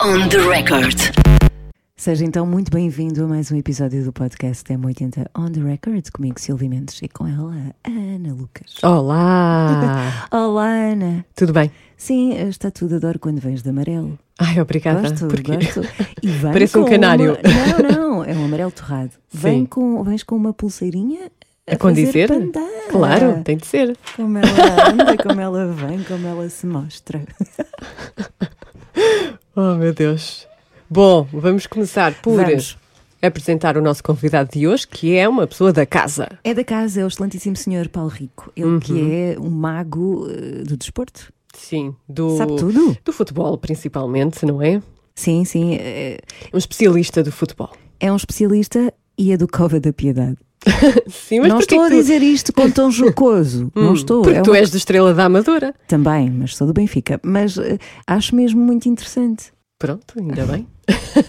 On the record. Seja então muito bem-vindo a mais um episódio do podcast M80 On The Record, comigo Silvia Mendes e com ela a Ana Lucas. Olá! Olá Ana! Tudo bem? Sim, está tudo, adoro quando vens de amarelo. Ai, obrigada. Gosto, porque- gosto. E vem Parece um com canário. uma- Não, não, é um amarelo torrado. Vem Sim. com, vens com uma pulseirinha a, A condizer? fazer pandan. Claro, tem de ser. Como ela anda, como ela vem, como ela se mostra. Oh, meu Deus. Bom, vamos começar por Vamos. apresentar o nosso convidado de hoje, que é uma pessoa da casa. É da casa, é o excelentíssimo senhor Paulo Rico. Ele Uhum. que é um mago eh, do desporto. Sim, do. Sabe tudo? Do futebol, principalmente, não é? Sim, sim. eh, Um especialista do futebol. É um especialista e é do Cova da Piedade. Sim, mas não porquê estou a que tu- Hum, dizer isto com tom jocoso. não estou. Porque é tu uma- és do Estrela da Amadora. Também, mas sou do Benfica. Mas eh, acho mesmo muito interessante. Pronto, ainda bem.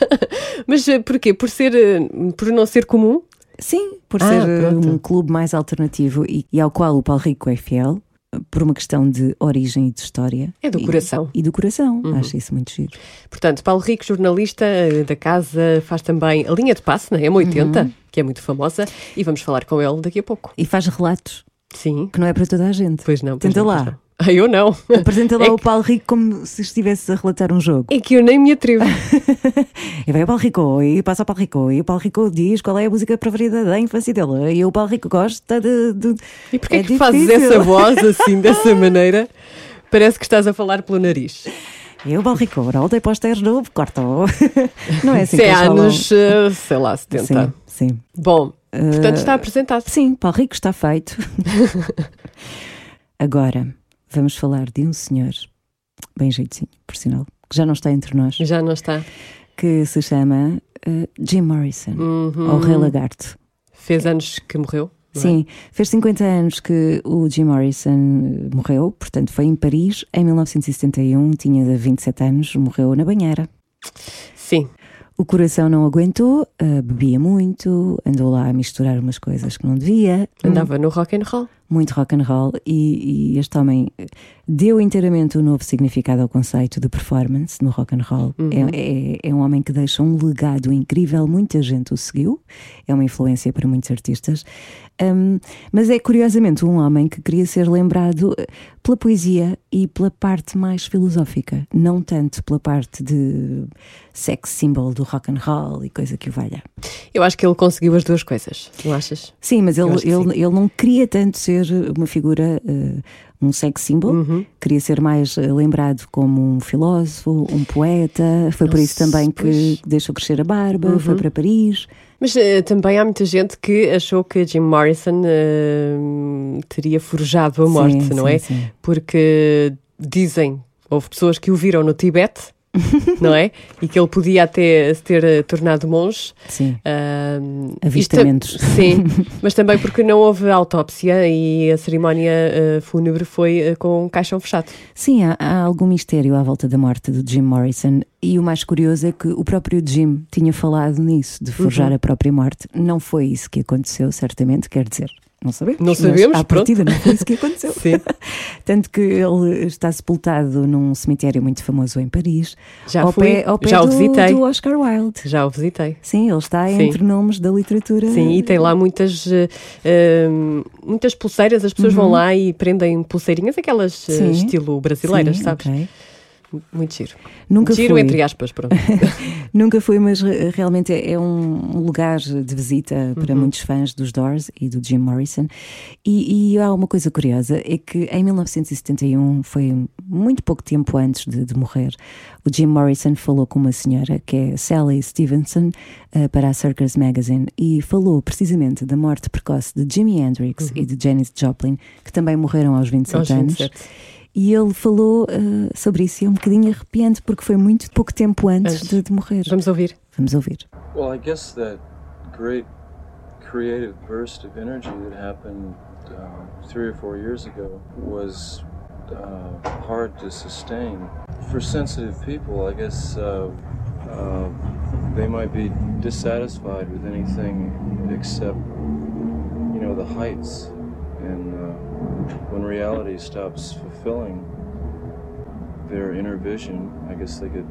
mas eh, porquê? Por ser, eh, por não ser comum? Sim, por Ah, ser eh, pronto. um clube mais alternativo e, e ao qual o Paulo Rico é fiel, eh, por uma questão de origem e de história. É do E- coração. Uhum. E do coração. Acho isso muito giro. Portanto, Paulo Rico, jornalista eh, da casa, faz também a linha de passe, na M80, Uhum. que é muito famosa, e vamos falar com ele daqui a pouco. E faz relatos, Sim. que não é para toda a gente. Pois não. Pois Tenta não, lá. pois não. Ah, eu não. Apresenta lá É o que- Paulo Rico como se estivesse a relatar um jogo. É que eu nem me atrevo. E vai o Paulo Rico, e passa o Paulo Rico, e o Paulo Rico diz qual é a música preferida da infância dele, e o Paulo Rico gosta de. de- E porquê é que difícil. fazes essa voz assim, dessa maneira? Parece que estás a falar pelo nariz. E o Paulo Rico, ora, ontem para os teres novo, corta-o. Não é assim que Se é eles falam. anos, eh, sei lá, 70. Sim, Eh, sim. Bom, portanto está apresentado. Sim, Paulo Rico está feito. Agora, vamos falar de um senhor, bem jeitinho, por sinal, que já não está entre nós, Já não está. que se chama eh, Jim Morrison, Hum. ou Rei Lagarto. Uhum. Fez anos que morreu. não é? Sim, fez 50 anos que o Jim Morrison eh, morreu, portanto foi em Paris em 1971, tinha 27 anos, morreu na banheira. Sim. O coração não aguentou, eh, bebia muito, andou lá a misturar umas coisas que não devia, Andava no rock and roll. muito rock and roll e, e este homem eh, deu inteiramente um novo significado ao conceito de performance no rock and roll. É, é- é um homem que deixa um legado incrível, muita gente o seguiu, é uma influência para muitos artistas, Hum, mas é curiosamente um homem que queria ser lembrado eh, pela poesia e pela parte mais filosófica, não tanto pela parte de sex symbol do rock and roll e coisa que o valha. Eu acho que ele conseguiu as duas coisas, não achas? Sim, mas ele, acho que ele, ele não queria tanto ser uma figura, eh, um sex symbol, Uhum. queria ser mais eh, lembrado como um filósofo, um poeta. Foi por isso também que pois. Uhum. deixou crescer a barba, foi para Paris. Mas eh, também há muita gente que achou que Jim Morrison eh, teria forjado a morte, Sim, não sim, é? sim. Porque dizem, houve pessoas que o viram no Tibete, não é? E que ele podia até se ter eh, tornado monge. Sim. Ah, isto- Avistamentos. sim, mas também porque não houve autópsia e a cerimónia eh, fúnebre foi eh, com um caixão fechado. Sim, há, há algum mistério à volta da morte do Jim Morrison. E o mais curioso é que o próprio Jim tinha falado nisso, de forjar Uhum. a própria morte. Não foi isso que aconteceu, certamente, quer dizer. Não sabemos. Não mas sabemos, à pronto. partida não foi isso que aconteceu. Sim. Tanto que ele está sepultado num cemitério muito famoso em Paris. Já ao fui, pé, ao pé já do, o visitei. do Oscar Wilde. Já o visitei. Sim, ele está Sim. entre nomes da literatura. Sim, e tem lá Uhum. muitas, eh, eh, muitas pulseiras, as pessoas vão lá e prendem pulseirinhas, aquelas eh, Uhum. Sim. estilo brasileiras, Sim, sabes? ok. Muito giro. Nunca giro fui. entre aspas, pronto. Nunca fui, mas re- realmente é é um lugar de visita para muitos fãs dos Doors e do Jim Morrison. E, e há uma coisa curiosa: é que em 1971, foi muito pouco tempo antes de, de morrer, o Jim Morrison falou com uma senhora que é Sally Stevenson eh, para a Circus Magazine e falou precisamente da morte precoce de Jimi Hendrix e de Janis Joplin, que também morreram aos 27 Aos anos. 27. E ele falou eh, sobre isso e é um bocadinho arrepiante porque foi muito pouco tempo antes Antes. de, de morrer. Vamos ouvir. Vamos ouvir. Well, I guess that great creative burst of energy that happened um, three or four years ago was uh, hard to sustain. For sensitive people, I guess uh, uh, they might be dissatisfied with anything except, you know, the heights. And uh, when reality stops fulfilling their inner vision, I guess they get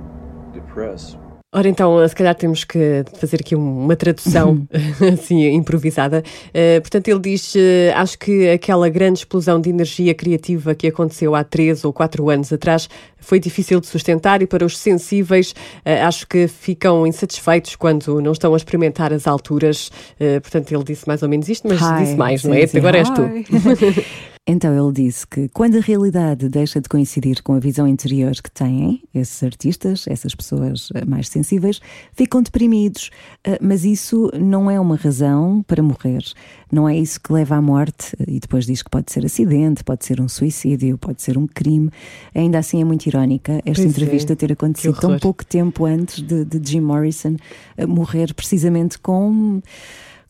depressed. Ora então, se calhar temos que fazer aqui uma tradução Uhum. assim improvisada. Eh, portanto, ele diz: eh, acho que aquela grande explosão de energia criativa que aconteceu há três ou quatro anos atrás foi difícil de sustentar e para os sensíveis eh, acho que ficam insatisfeitos quando não estão a experimentar as alturas. Eh, portanto, ele disse mais ou menos isto, mas Hi. disse mais, não Sim, é? sim. Agora és tu. Hi. então ele disse que quando a realidade deixa de coincidir com a visão interior que têm, esses artistas, essas pessoas eh, mais sensíveis, ficam deprimidos. Eh, Mas isso não é uma razão para morrer. Não é isso que leva à morte. E depois diz que pode ser acidente, pode ser um suicídio, pode ser um crime. Ainda assim é muito irónica esta Pois é. entrevista ter acontecido tão horror. pouco pouco tempo antes de, de Jim Morrison eh, morrer, precisamente com,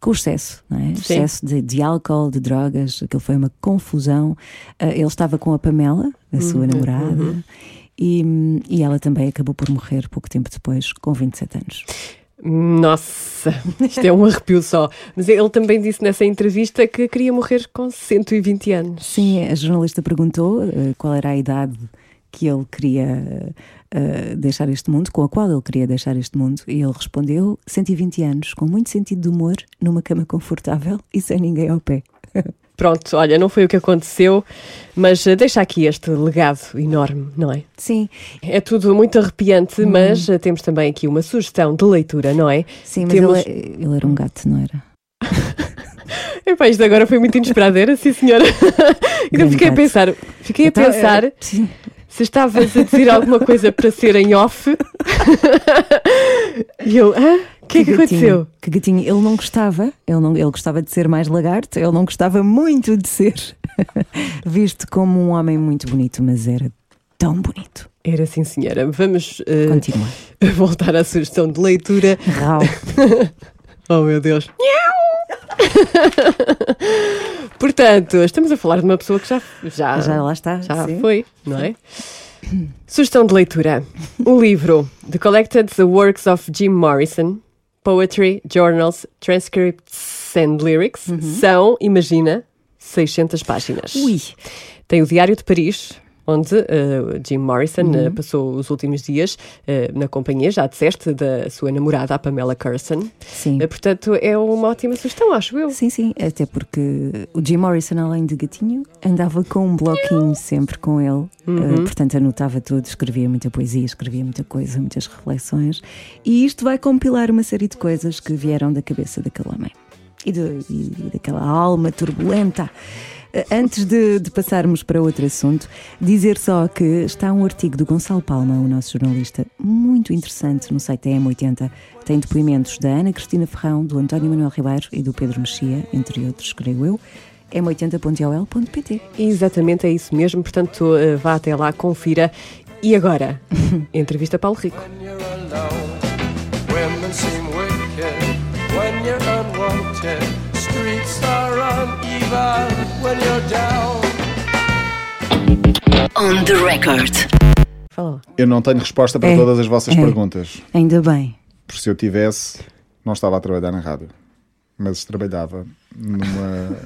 com o excesso, não é? excesso de, de álcool, de drogas, aquilo foi uma confusão. Eh, ele estava com a Pamela, a sua namorada, e, hum, e ela também acabou por morrer pouco tempo depois, com 27 anos. Nossa, isto é um arrepio só. Mas ele também disse nessa entrevista que queria morrer com 120 anos. Sim, a jornalista perguntou eh, qual era a idade que ele queria eh, deixar este mundo, com a qual ele queria deixar este mundo, e ele respondeu 120 anos, com muito sentido de humor, numa cama confortável e sem ninguém ao pé. Pronto, olha, não foi o que aconteceu, mas eh, deixa aqui este legado enorme, não é? Sim, É tudo muito arrepiante, mas eh, temos também aqui uma sugestão de leitura, não é? sim, mas Temos- ele, ele era um gato, não era? Epá, isto agora foi muito inesperado, era sim, senhora. Então Grande fiquei a gato. pensar, fiquei a Então, pensar eh, sim, se estavas a dizer alguma coisa para ser em off. E eu, hã? O que é que gatinho, aconteceu? Que gatinho, ele não gostava, ele, não, ele gostava de ser mais lagarto, ele não gostava muito de ser visto como um homem muito bonito, mas era tão bonito. Era sim, senhora. Vamos eh, Continua. voltar à sugestão de leitura. Raul. Oh, meu Deus. Portanto, estamos a falar de uma pessoa que já, já, Ah, Já lá está. já sim. foi, não é? Sugestão de leitura. Um livro. The Collected The Works of Jim Morrison. Poetry, Journals, Transcripts and Lyrics. São, imagina, 600 páginas. Uhum. Ui, Tem o Diário de Paris, onde eh, Jim Morrison eh, Uhum. passou os últimos dias eh, na companhia, já disseste, da sua namorada, a Pamela Curson. sim. Eh, portanto, é uma ótima sugestão, acho eu. Sim, sim, até porque o Jim Morrison, além de gatinho, andava com um bloquinho sempre com ele. Uh, portanto, anotava tudo, escrevia muita poesia, escrevia muita coisa, muitas reflexões. E isto vai compilar uma série de coisas que vieram da cabeça daquele homem e, do- e daquela alma turbulenta. Uh, Antes de, de passarmos para outro assunto, dizer só que está um artigo do Gonçalo Palma, o nosso jornalista, muito interessante no site da M80. Tem depoimentos da Ana Cristina Ferrão, do António Manuel Ribeiro e do Pedro Mexia, entre outros, creio eu. m80.ol.pt. Exatamente, é isso mesmo. Portanto, eh, vá até lá, confira. E agora, entrevista a Paulo Rico. When you're alone, women seem wicked. When you're unwanted, streets are uneven. When you're down. On the record. Fala lá. Eu não tenho resposta para É, todas as vossas é. perguntas. Ainda bem. Porque se eu tivesse, não estava a trabalhar na rádio. Mas trabalhava numa.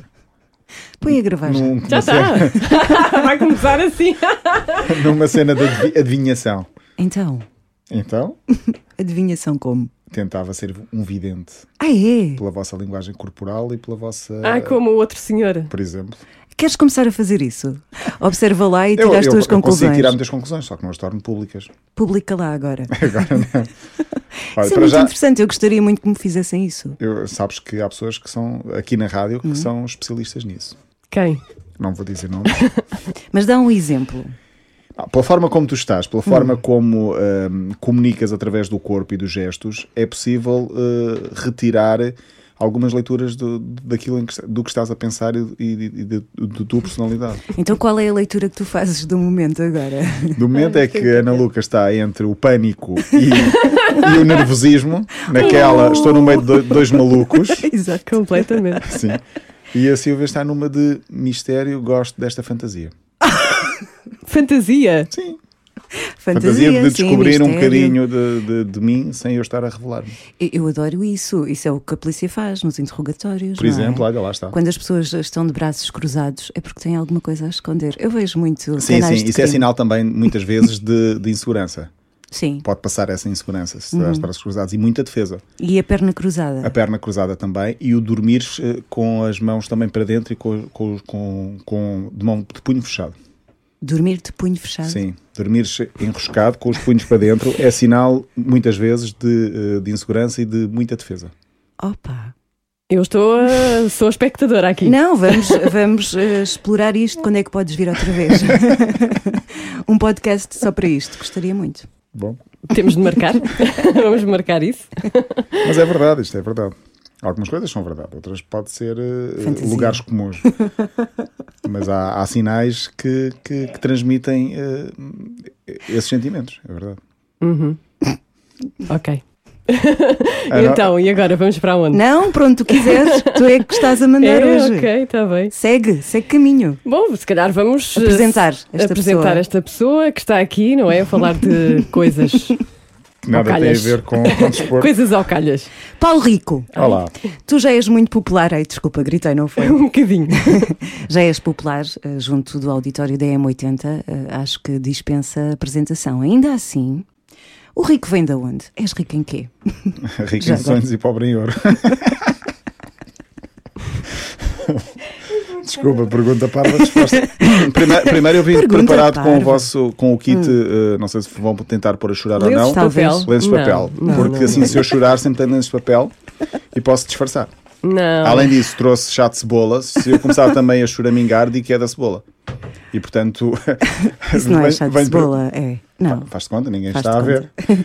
Põe a gravar já. num- Já está! Vai começar assim. numa cena de advi- adivinhação. Então, Então, adivinhação como? tentava ser um vidente Ah, é? pela vossa linguagem corporal e pela vossa. Ah, como o outro senhor. Por exemplo. Queres começar a fazer isso? Observa lá e tira Eu, eu, as tuas eu consigo conclusões. tirar muitas conclusões, só que não as torno públicas. Publica lá agora. Olha, isso é para muito já, interessante, eu gostaria muito que me fizessem isso. eu- sabes que há pessoas que são aqui na rádio Uhum. que são especialistas nisso. Quem? Não vou dizer nomes. Mas dá um exemplo. Ah, Pela forma como tu estás, pela forma Hum. como ahm, comunicas através do corpo e dos gestos, é possível eh, retirar algumas leituras do, daquilo em que, do que estás a pensar e, e, e da- da tua personalidade. Então qual é a leitura que tu fazes do momento agora? Do momento é que a Ana Lucas está entre o pânico e, e o nervosismo, Oh. naquela estou no meio de do- dois malucos, Exato. Completamente. sim, e a Silvia está numa de mistério, gosto desta fantasia. Fantasia. Sim, Fantasia, fantasia, de sim, descobrir um mistério. bocadinho de, de, de mim sem eu estar a revelar-me. Eu, eu adoro isso. Isso é o que a polícia faz nos interrogatórios. Por não exemplo, é? olha lá está. Quando as pessoas estão de braços cruzados é porque têm alguma coisa a esconder. Eu vejo muito. Sim, sim, canais de isso é crime. sinal também, muitas vezes, de, de insegurança. Sim. Pode passar essa insegurança se Uhum. tiver os braços cruzados e muita defesa. E a perna cruzada. A perna cruzada também e o dormir eh, com as mãos também para dentro e com, com, com, com- de mão de punho fechado. Dormir de punho fechado. Sim, dormir enroscado com os punhos para dentro é sinal muitas vezes de, eh, de insegurança e de muita defesa. Opa! Eu estou, a- sou a espectadora aqui. Não, vamos, vamos eh, explorar isto. Quando é que podes vir outra vez? um podcast só para isto. Gostaria muito. Bom, Temos de marcar. Vamos marcar isso. mas é verdade, isto é verdade. Algumas coisas são verdade, outras pode ser eh, Fantasia. lugares comuns. mas há, há sinais que, que, que transmitem eh, esses sentimentos, é verdade. Uhum. Ok. Ah, não- então, e agora vamos para onde? Não, pronto, tu quiseres. tu é que estás a mandar É, hoje. ok, está bem. Segue, segue caminho. Bom, se calhar vamos eh, Apresentar esta apresentar pessoa. esta pessoa que está aqui, não é? A falar de coisas, que nada tem a Calhas. ver com, com desporto. coisas ao calhas. Paulo Rico, Olá, tu já és muito popular. Ai, desculpa, gritei, não foi? Um bocadinho. Já és popular eh, junto do auditório da M80, eh, acho que dispensa apresentação. Ainda assim, o rico vem de onde? És rico em quê? rico Já agora. em sonhos e pobre em ouro. Desculpa, pergunta para a resposta. Primeiro, primeiro eu vim Pergunta preparado com o parva. Hum. vosso com o kit, eh, não sei se vão tentar pôr a chorar Lenços ou de não. Talvez. papel. Lenços de papel. Não, não, porque não, assim, se eu chorar, sempre tenho lenços de papel e posso disfarçar. Não. Além disso, trouxe chá de cebola. Se eu começar também a choramingar, digo que é da cebola. E portanto. Isso não é vem- chá de vem por- cebola, é. Não. Faz-te conta, ninguém Faz-te está a ver. conta.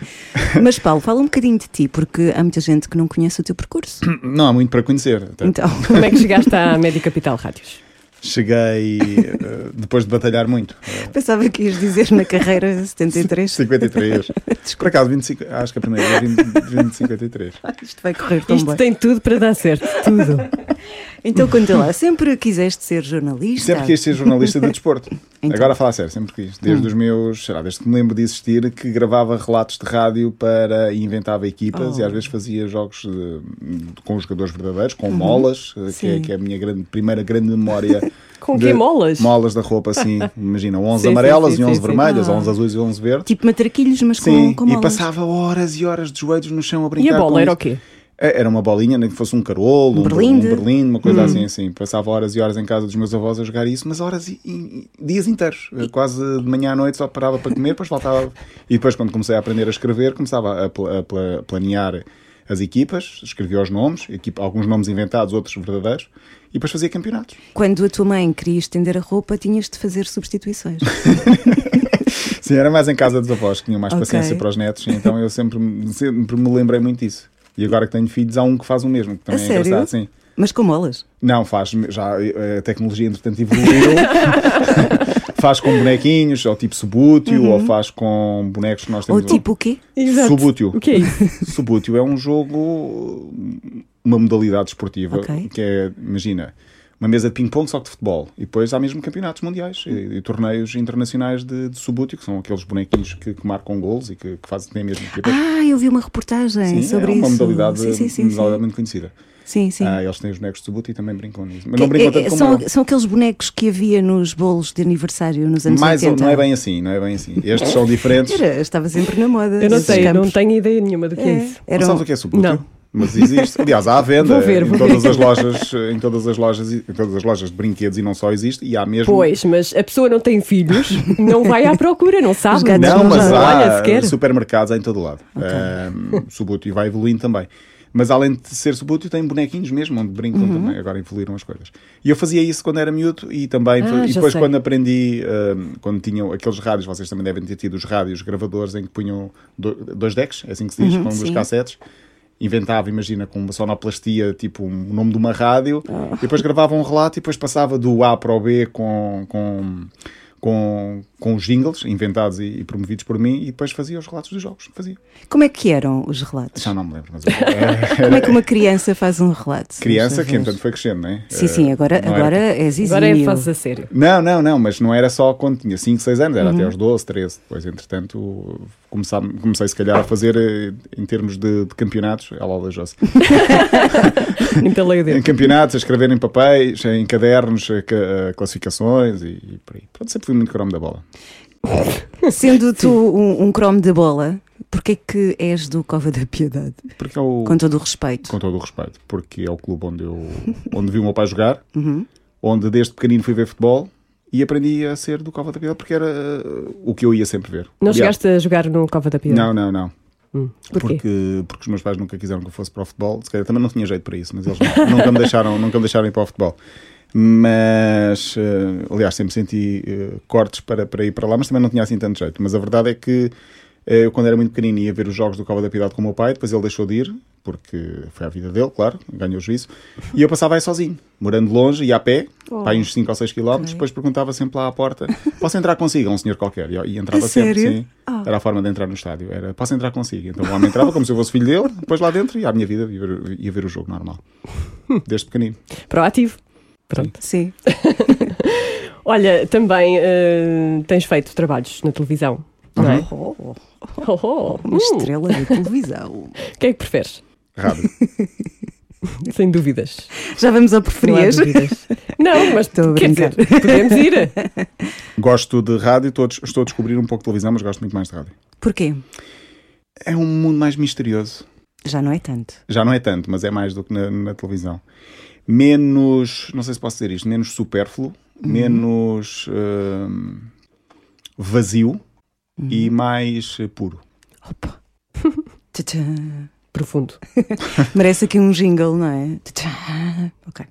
Mas Paulo, fala um bocadinho de ti, porque há muita gente que não conhece o teu percurso. Não há muito para conhecer. Até Então, Como é que chegaste à Média Capital Rádios? Cheguei eh, depois de batalhar muito. eh, pensava que ias dizer na carreira 73. 53. Por acaso, 25, acho que a primeira vez 20, 53. Isto vai correr tão Isto é- bem. tem tudo para dar certo, tudo. Então conta lá, sempre quiseste ser jornalista? Sempre quis ser jornalista de desporto. Então. Agora a falar sério, sempre quis. Hum. Desde os meus, sei lá, desde que me lembro de existir, que gravava relatos de rádio para e inventava equipas Oh. e às vezes fazia jogos de- com os jogadores verdadeiros, Uhum. com molas, eh, que é, Sim. que é a minha grande- primeira grande memória. Com de- que molas? Molas da roupa, assim, imagina, 11 Sim, sim, amarelas sim, e 11 sim, sim. vermelhas, Ah. 11 azuis e 11 verdes. Tipo matraquilhos, mas Sim, com, com e molas. passava horas e horas de joelhos no chão a E brincar. a com bola era o isso. quê? É, Era uma bolinha, nem que fosse um carolo, Um um berlinde. berlinde, um berlinde uma coisa assim, assim. Passava horas e horas em casa dos meus avós a jogar isso, mas horas e, e- e dias inteiros. Quase de manhã à noite só parava para comer, depois voltava. E depois, quando comecei a aprender a escrever, começava a, pla- a pla- planear as equipas, escrevia os nomes, equipa- alguns nomes inventados, outros verdadeiros, e depois fazia campeonatos. Quando a tua mãe queria estender a roupa, tinhas de fazer substituições. Sim, era mais em casa dos avós, que tinham mais Ok. paciência para os netos, então eu sempre, me- sempre me lembrei muito disso. E agora que tenho filhos, há um que faz o mesmo, que também é sério? engraçado, sim. mas com molas. Não, faz. Já eh, a tecnologia, entretanto, evoluiu. faz com bonequinhos, ou tipo subútil, ou faz com bonecos que nós Uhum. Ou temos. tipo o quê? Exato. Subútil. O que é isso? Subútil é um jogo, uma modalidade esportiva, Ok. que é, imagina, uma mesa de ping-pong só que de futebol. E depois há mesmo campeonatos mundiais e, e torneios internacionais de, de subútil, que são aqueles bonequinhos que, que marcam gols e que, que fazem têm mesmo equipas. Ah, eu vi uma reportagem sobre é uma isso. modalidade, sim, sim, sim, uma sim. modalidade muito conhecida. Sim, sim. Ah, eles têm os bonecos de subútil e também brincam nisso. Mas Que- não brincam é- tanto é- como eu. são, são aqueles bonecos que havia nos bolos de aniversário nos anos Mais ou- 80. não é bem assim, não é bem assim. Estes são diferentes. Era, estava sempre na moda. Eu não esses sei, não campos. tenho ideia nenhuma do que é, É, isso. Não eram- sabes o que é subútil? Não. Mas existe. Aliás, há à venda Vou ver, em vou todas ver. as lojas, em todas as lojas, em todas as lojas de brinquedos e não só existe e há mesmo. Pois, mas a pessoa não tem filhos, não vai à procura, não sabe. Os gatos Não, não mas já- olha há eh, sequer. supermercados há em todo lado. Ahm, subútil e vai evoluindo também. Mas além de ser subútil, tem bonequinhos mesmo, onde brincam Uhum. também. Agora evoluíram as coisas. E eu fazia isso quando era miúdo e também. Ah, e já depois, sei. quando aprendi, ahm, quando tinham aqueles rádios, vocês também devem ter tido os rádios gravadores em que punham do- dois decks, é assim que se diz, com os Uhum, sim. cassetes. Inventava, imagina, com uma sonoplastia, tipo um o nome de uma rádio, Ah. e depois gravava um relato e depois passava do A para o B com. com com, com os jingles inventados e, e promovidos por mim e depois fazia os relatos dos jogos. Fazia. Como é que eram os relatos? Já não me lembro, mas é, Como é que uma criança faz um relato? criança Deixa que eu ver. entretanto foi crescendo, não é? Sim, sim, agora, Não era- agora és exímio. Agora é fase a sério. Não, não, não, mas não era só quando tinha 5, 6 anos, era Uhum. até aos 12, 13. Depois, entretanto, comecei, comecei se calhar a fazer eh, em termos de, de campeonatos, ela alejou-se, Então leio em dentro. campeonatos, a escrever em papéis, em cadernos, eh, ca- eh, classificações e, e por aí. Pronto, sempre fui muito com o nome da bola. Sendo tu um, um cromo de bola, porquê é que és do Cova da Piedade? Porque é o, Com todo o respeito. com todo o respeito, porque é o clube onde eu onde vi o meu pai jogar, Uhum. onde desde pequenino fui ver futebol e aprendi a ser do Cova da Piedade porque era uh, o que eu ia sempre ver. Não Aliás, chegaste a jogar no Cova da Piedade? Não, não, não. Porquê? Porque, porque os meus pais nunca quiseram que eu fosse para o futebol. Se calhar também não tinha jeito para isso, mas eles nu- nunca me deixaram, nunca me deixaram ir para o futebol. Mas, eh, aliás, sempre senti eh, cortes para, para ir para lá, mas também não tinha assim tanto jeito. Mas a verdade é que eh, eu, quando era muito pequenino, ia ver os jogos do Cova da Piedade com o meu pai, depois ele deixou de ir, porque foi a vida dele, claro, ganhou o juízo. E eu passava aí sozinho, morando longe, ia a pé, pá, aí uns 5 ou 6 quilómetros, depois perguntava sempre lá à porta: posso entrar consigo? A um senhor qualquer. E, e entrava A sempre, sério? sim. Era a forma de entrar no estádio. Era, posso entrar consigo? Então o homem entrava como se eu fosse filho dele, depois lá dentro ia à minha vida, ia ver, ia ver o jogo normal. Desde pequenino. Proativo. Pronto. Sim. Olha, também eh, tens feito trabalhos na televisão, não Uhum. é? Oh, Oh, oh. Uh! uma estrela da televisão. O que é que preferes? Rádio. Sem dúvidas. Já vamos é ao Não, há preferias. dúvidas. não mas Estou a quer brincar. dizer, podemos ir. Gosto de rádio, estou, a des- estou a descobrir um pouco de televisão, mas gosto muito mais de rádio. Porquê? É um mundo mais misterioso. Já não é tanto. Já não é tanto, mas é mais do que na, na televisão. Menos, não sei se posso dizer isto, menos supérfluo, menos hum, vazio e mais eh, puro. Hum. Opa. Tchan. Profundo. Merece aqui um jingle, não é? Tchan. Ok.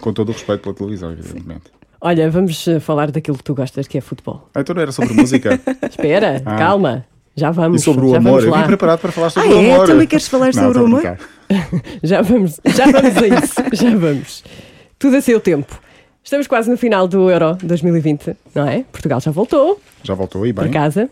Com todo o respeito pela televisão, evidentemente. Olha, vamos eh, falar daquilo que tu gostas, que é futebol. Ah, então não era sobre música? Espera, Ah. calma. Já E vamos. sobre o já amor? Vamos Eu vim lá. preparado para falar sobre Ah, o é? amor. Também queres falar sobre estou a o amor? brincar. Já vamos, já vamos a isso. Já vamos. Tudo a seu tempo. Estamos quase no final do Euro 2020, não é? Portugal já voltou Já voltou e bem. para casa.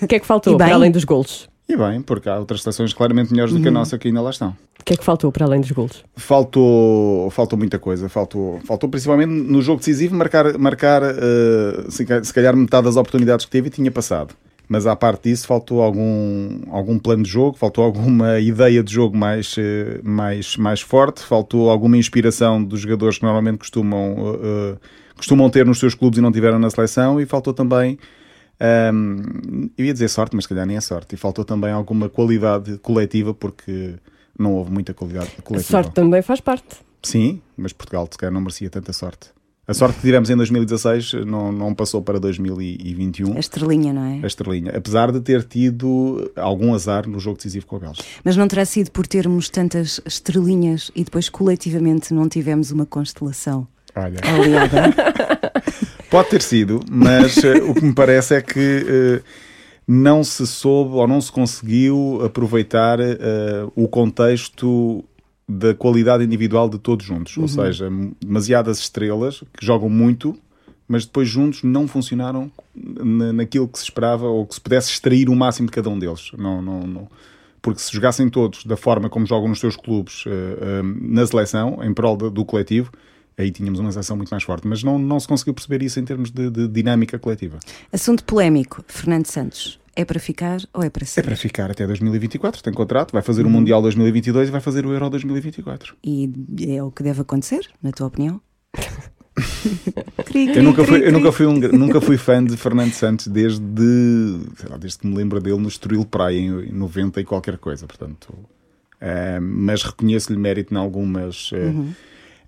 O que é que faltou E bem. para além dos golos? E bem, porque há outras estações claramente melhores do que a Uhum. nossa que ainda lá estão. O que é que faltou para além dos golos? Faltou, faltou muita coisa. Faltou, faltou principalmente no jogo decisivo marcar, marcar eh, se ca- se calhar metade das oportunidades que teve e tinha passado. Mas à parte disso, faltou algum, algum plano de jogo, faltou alguma ideia de jogo mais, eh, mais, mais forte, faltou alguma inspiração dos jogadores que normalmente costumam, eh, eh, costumam ter nos seus clubes e não tiveram na seleção, e faltou também Hum, eu ia dizer sorte, mas se calhar nem é sorte. E faltou também alguma qualidade coletiva, porque não houve muita qualidade A coletiva. sorte também faz parte. Sim, mas Portugal se calhar não merecia tanta sorte. A sorte que tivemos em 2016 não, não passou para 2021. A estrelinha, não A é? estrelinha, apesar de ter tido algum azar no jogo decisivo com a Bélgica. Mas não terá sido por termos tantas estrelinhas e depois coletivamente não tivemos uma constelação. Olha. Pode ter sido, mas eh, o que me parece é que eh, não se soube ou não se conseguiu aproveitar eh, o contexto da qualidade individual de todos juntos. Ou seja, m- demasiadas estrelas que jogam muito, mas depois juntos não funcionaram na- naquilo que se esperava ou que se pudesse extrair o máximo de cada um deles. Não, não, não. Porque se jogassem todos da forma como jogam nos seus clubes eh, eh, na seleção, em prol do, do coletivo, aí tínhamos uma seleção muito mais forte. Mas não, não se conseguiu perceber isso em termos de, de dinâmica coletiva. Assunto polémico, Fernando Santos. É para ficar ou é para É ser? para ficar até 2024, tem contrato, vai fazer o Mundial 2022 e vai fazer o Euro 2024. E é o que deve acontecer, na tua opinião? Cri, Eu cri, nunca cri, fui, eu cri. nunca fui, um, gra- nunca fui fã de Fernando Santos desde, sei lá, desde que me lembro dele no Estoril Praia em 90 e qualquer coisa, portanto. eh, mas reconheço-lhe mérito em algumas. eh,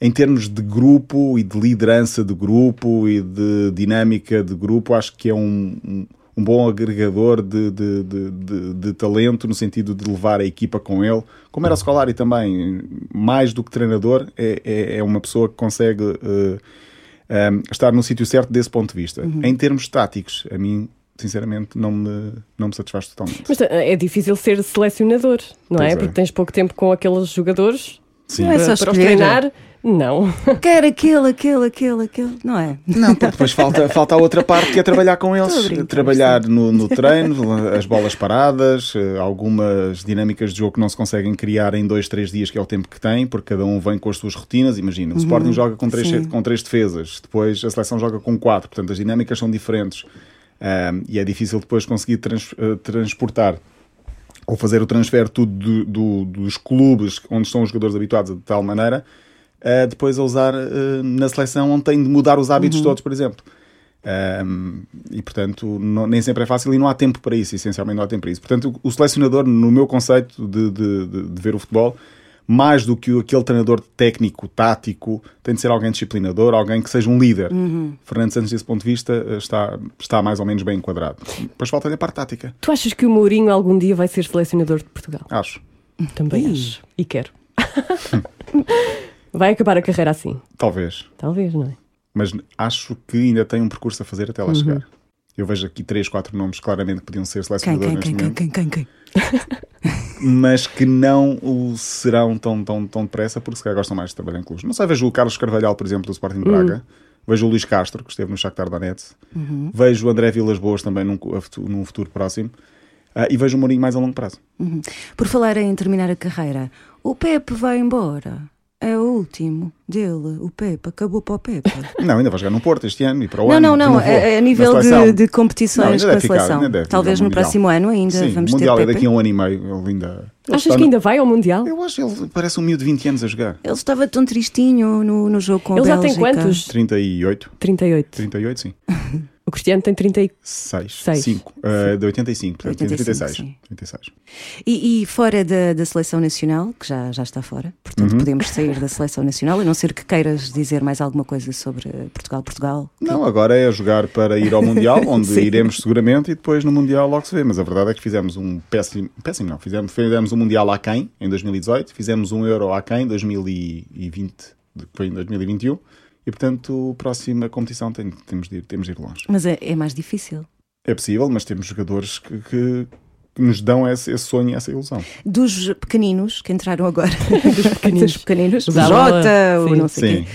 Em termos de grupo e de liderança de grupo e de dinâmica de grupo, acho que é um, um, um bom agregador de, de, de, de- de talento no sentido de levar a equipa com ele. Como era Scolari também, mais do que treinador, é, é, é uma pessoa que consegue. eh, um, estar no sítio certo desse ponto de vista. Uhum. Em termos táticos, a mim, sinceramente, não me, não me satisfaz totalmente. Mas eh, é difícil ser selecionador, não Pois é? é. Porque tens pouco tempo com aqueles jogadores Sim. Não é só para, para os escolher. treinar. Não. Quero aquele, aquele, aquele, aquele. Não é? Não, porque depois falta, falta a outra parte que é trabalhar com Estou eles. a brincar, é. trabalhar no, no treino, as bolas paradas, eh, algumas dinâmicas de jogo que não se conseguem criar em dois, três dias, que é o tempo que tem, porque cada um vem com as suas rotinas. Imagina, o Sporting joga com três, Uhum. sim. com três defesas, depois a seleção joga com quatro, portanto as dinâmicas são diferentes. Ahm, e é difícil depois conseguir trans- eh, transportar ou fazer o transfer tudo do- do- dos clubes onde estão os jogadores habituados de tal maneira, eh, depois a usar eh, na seleção onde tem de mudar os hábitos todos, por exemplo. Um, e portanto, não- nem sempre é fácil e não há tempo para isso, essencialmente não há tempo para isso. Portanto, o, o selecionador, no meu conceito de, de- de- de ver o futebol, mais do que o- aquele treinador técnico, tático, tem de ser alguém disciplinador, alguém que seja um líder. Fernando Santos, desse ponto de vista, eh, está, está mais ou menos bem enquadrado. Depois falta-lhe a parte tática, Tu achas que o Mourinho algum dia vai ser selecionador de Portugal? acho. Também acho. E quero. vai acabar a carreira assim. Talvez. Talvez, não é? Mas acho que ainda tem um percurso a fazer até Uhum. lá chegar. Eu vejo aqui três, quatro nomes claramente que podiam ser Quem, selecionadores quem, neste quem, momento. quem, quem, quem, quem? mas que não o serão tão, tão, tão depressa, porque se calhar gostam mais de trabalhar em clubes. Não sei, vejo o Carlos Carvalhal, por exemplo, do Hum. Sporting de Braga, vejo o Luís Castro, que esteve no Shakhtar Donetsk, Uhum. vejo o André Vilas Boas também num, cu- a futu- num futuro próximo, ah, e vejo o Mourinho mais a longo prazo. Uhum. Por falar em terminar a carreira, o Pepe vai embora. É o último dele. O Pepe acabou para o Pepe. Não, ainda vai jogar no Porto este ano e para o Não, ano. não, não. vou. A, a Na nível de, seleção. de Não, competições ainda com a deve ficar, seleção. ainda deve ficar Talvez ao no Mundial. próximo ano ainda Sim, vamos o Mundial ter é Pepe. daqui a um ano e meio. Ele ainda. ele Achas está que no- ainda vai ao Mundial? Eu acho que ele parece um miúdo de 20 anos a jogar. Ele estava tão tristinho no, no jogo com Ele a já tem Bélgica. quantos? 38? 38. 38, sim. O Cristiano tem 30. 6. Seis. 5. ah, de 85, portanto, 85, 36. sim. 36. E, e fora da, da seleção nacional, que já, já está fora, portanto Uhum. podemos sair da seleção nacional, a não ser que queiras dizer mais alguma coisa sobre eh, Portugal, Portugal. Não, agora é a jogar para ir ao Mundial, onde Sim. iremos seguramente, e depois no Mundial logo se vê. Mas a verdade é que fizemos um péssimo, péssimo não, fizemos, fizemos um Mundial aquém em 2018, fizemos um Euro aquém em 2020, que foi em 2021, e portanto, a próxima competição tem- temos, de ir, temos de ir longe. Mas é, é mais difícil. É possível, mas temos jogadores que, que- que nos dão esse, esse sonho e essa ilusão. Dos pequeninos que entraram agora, dos pequeninos, dos pequeninos o Zabala, Jota, o sim. não sei quê.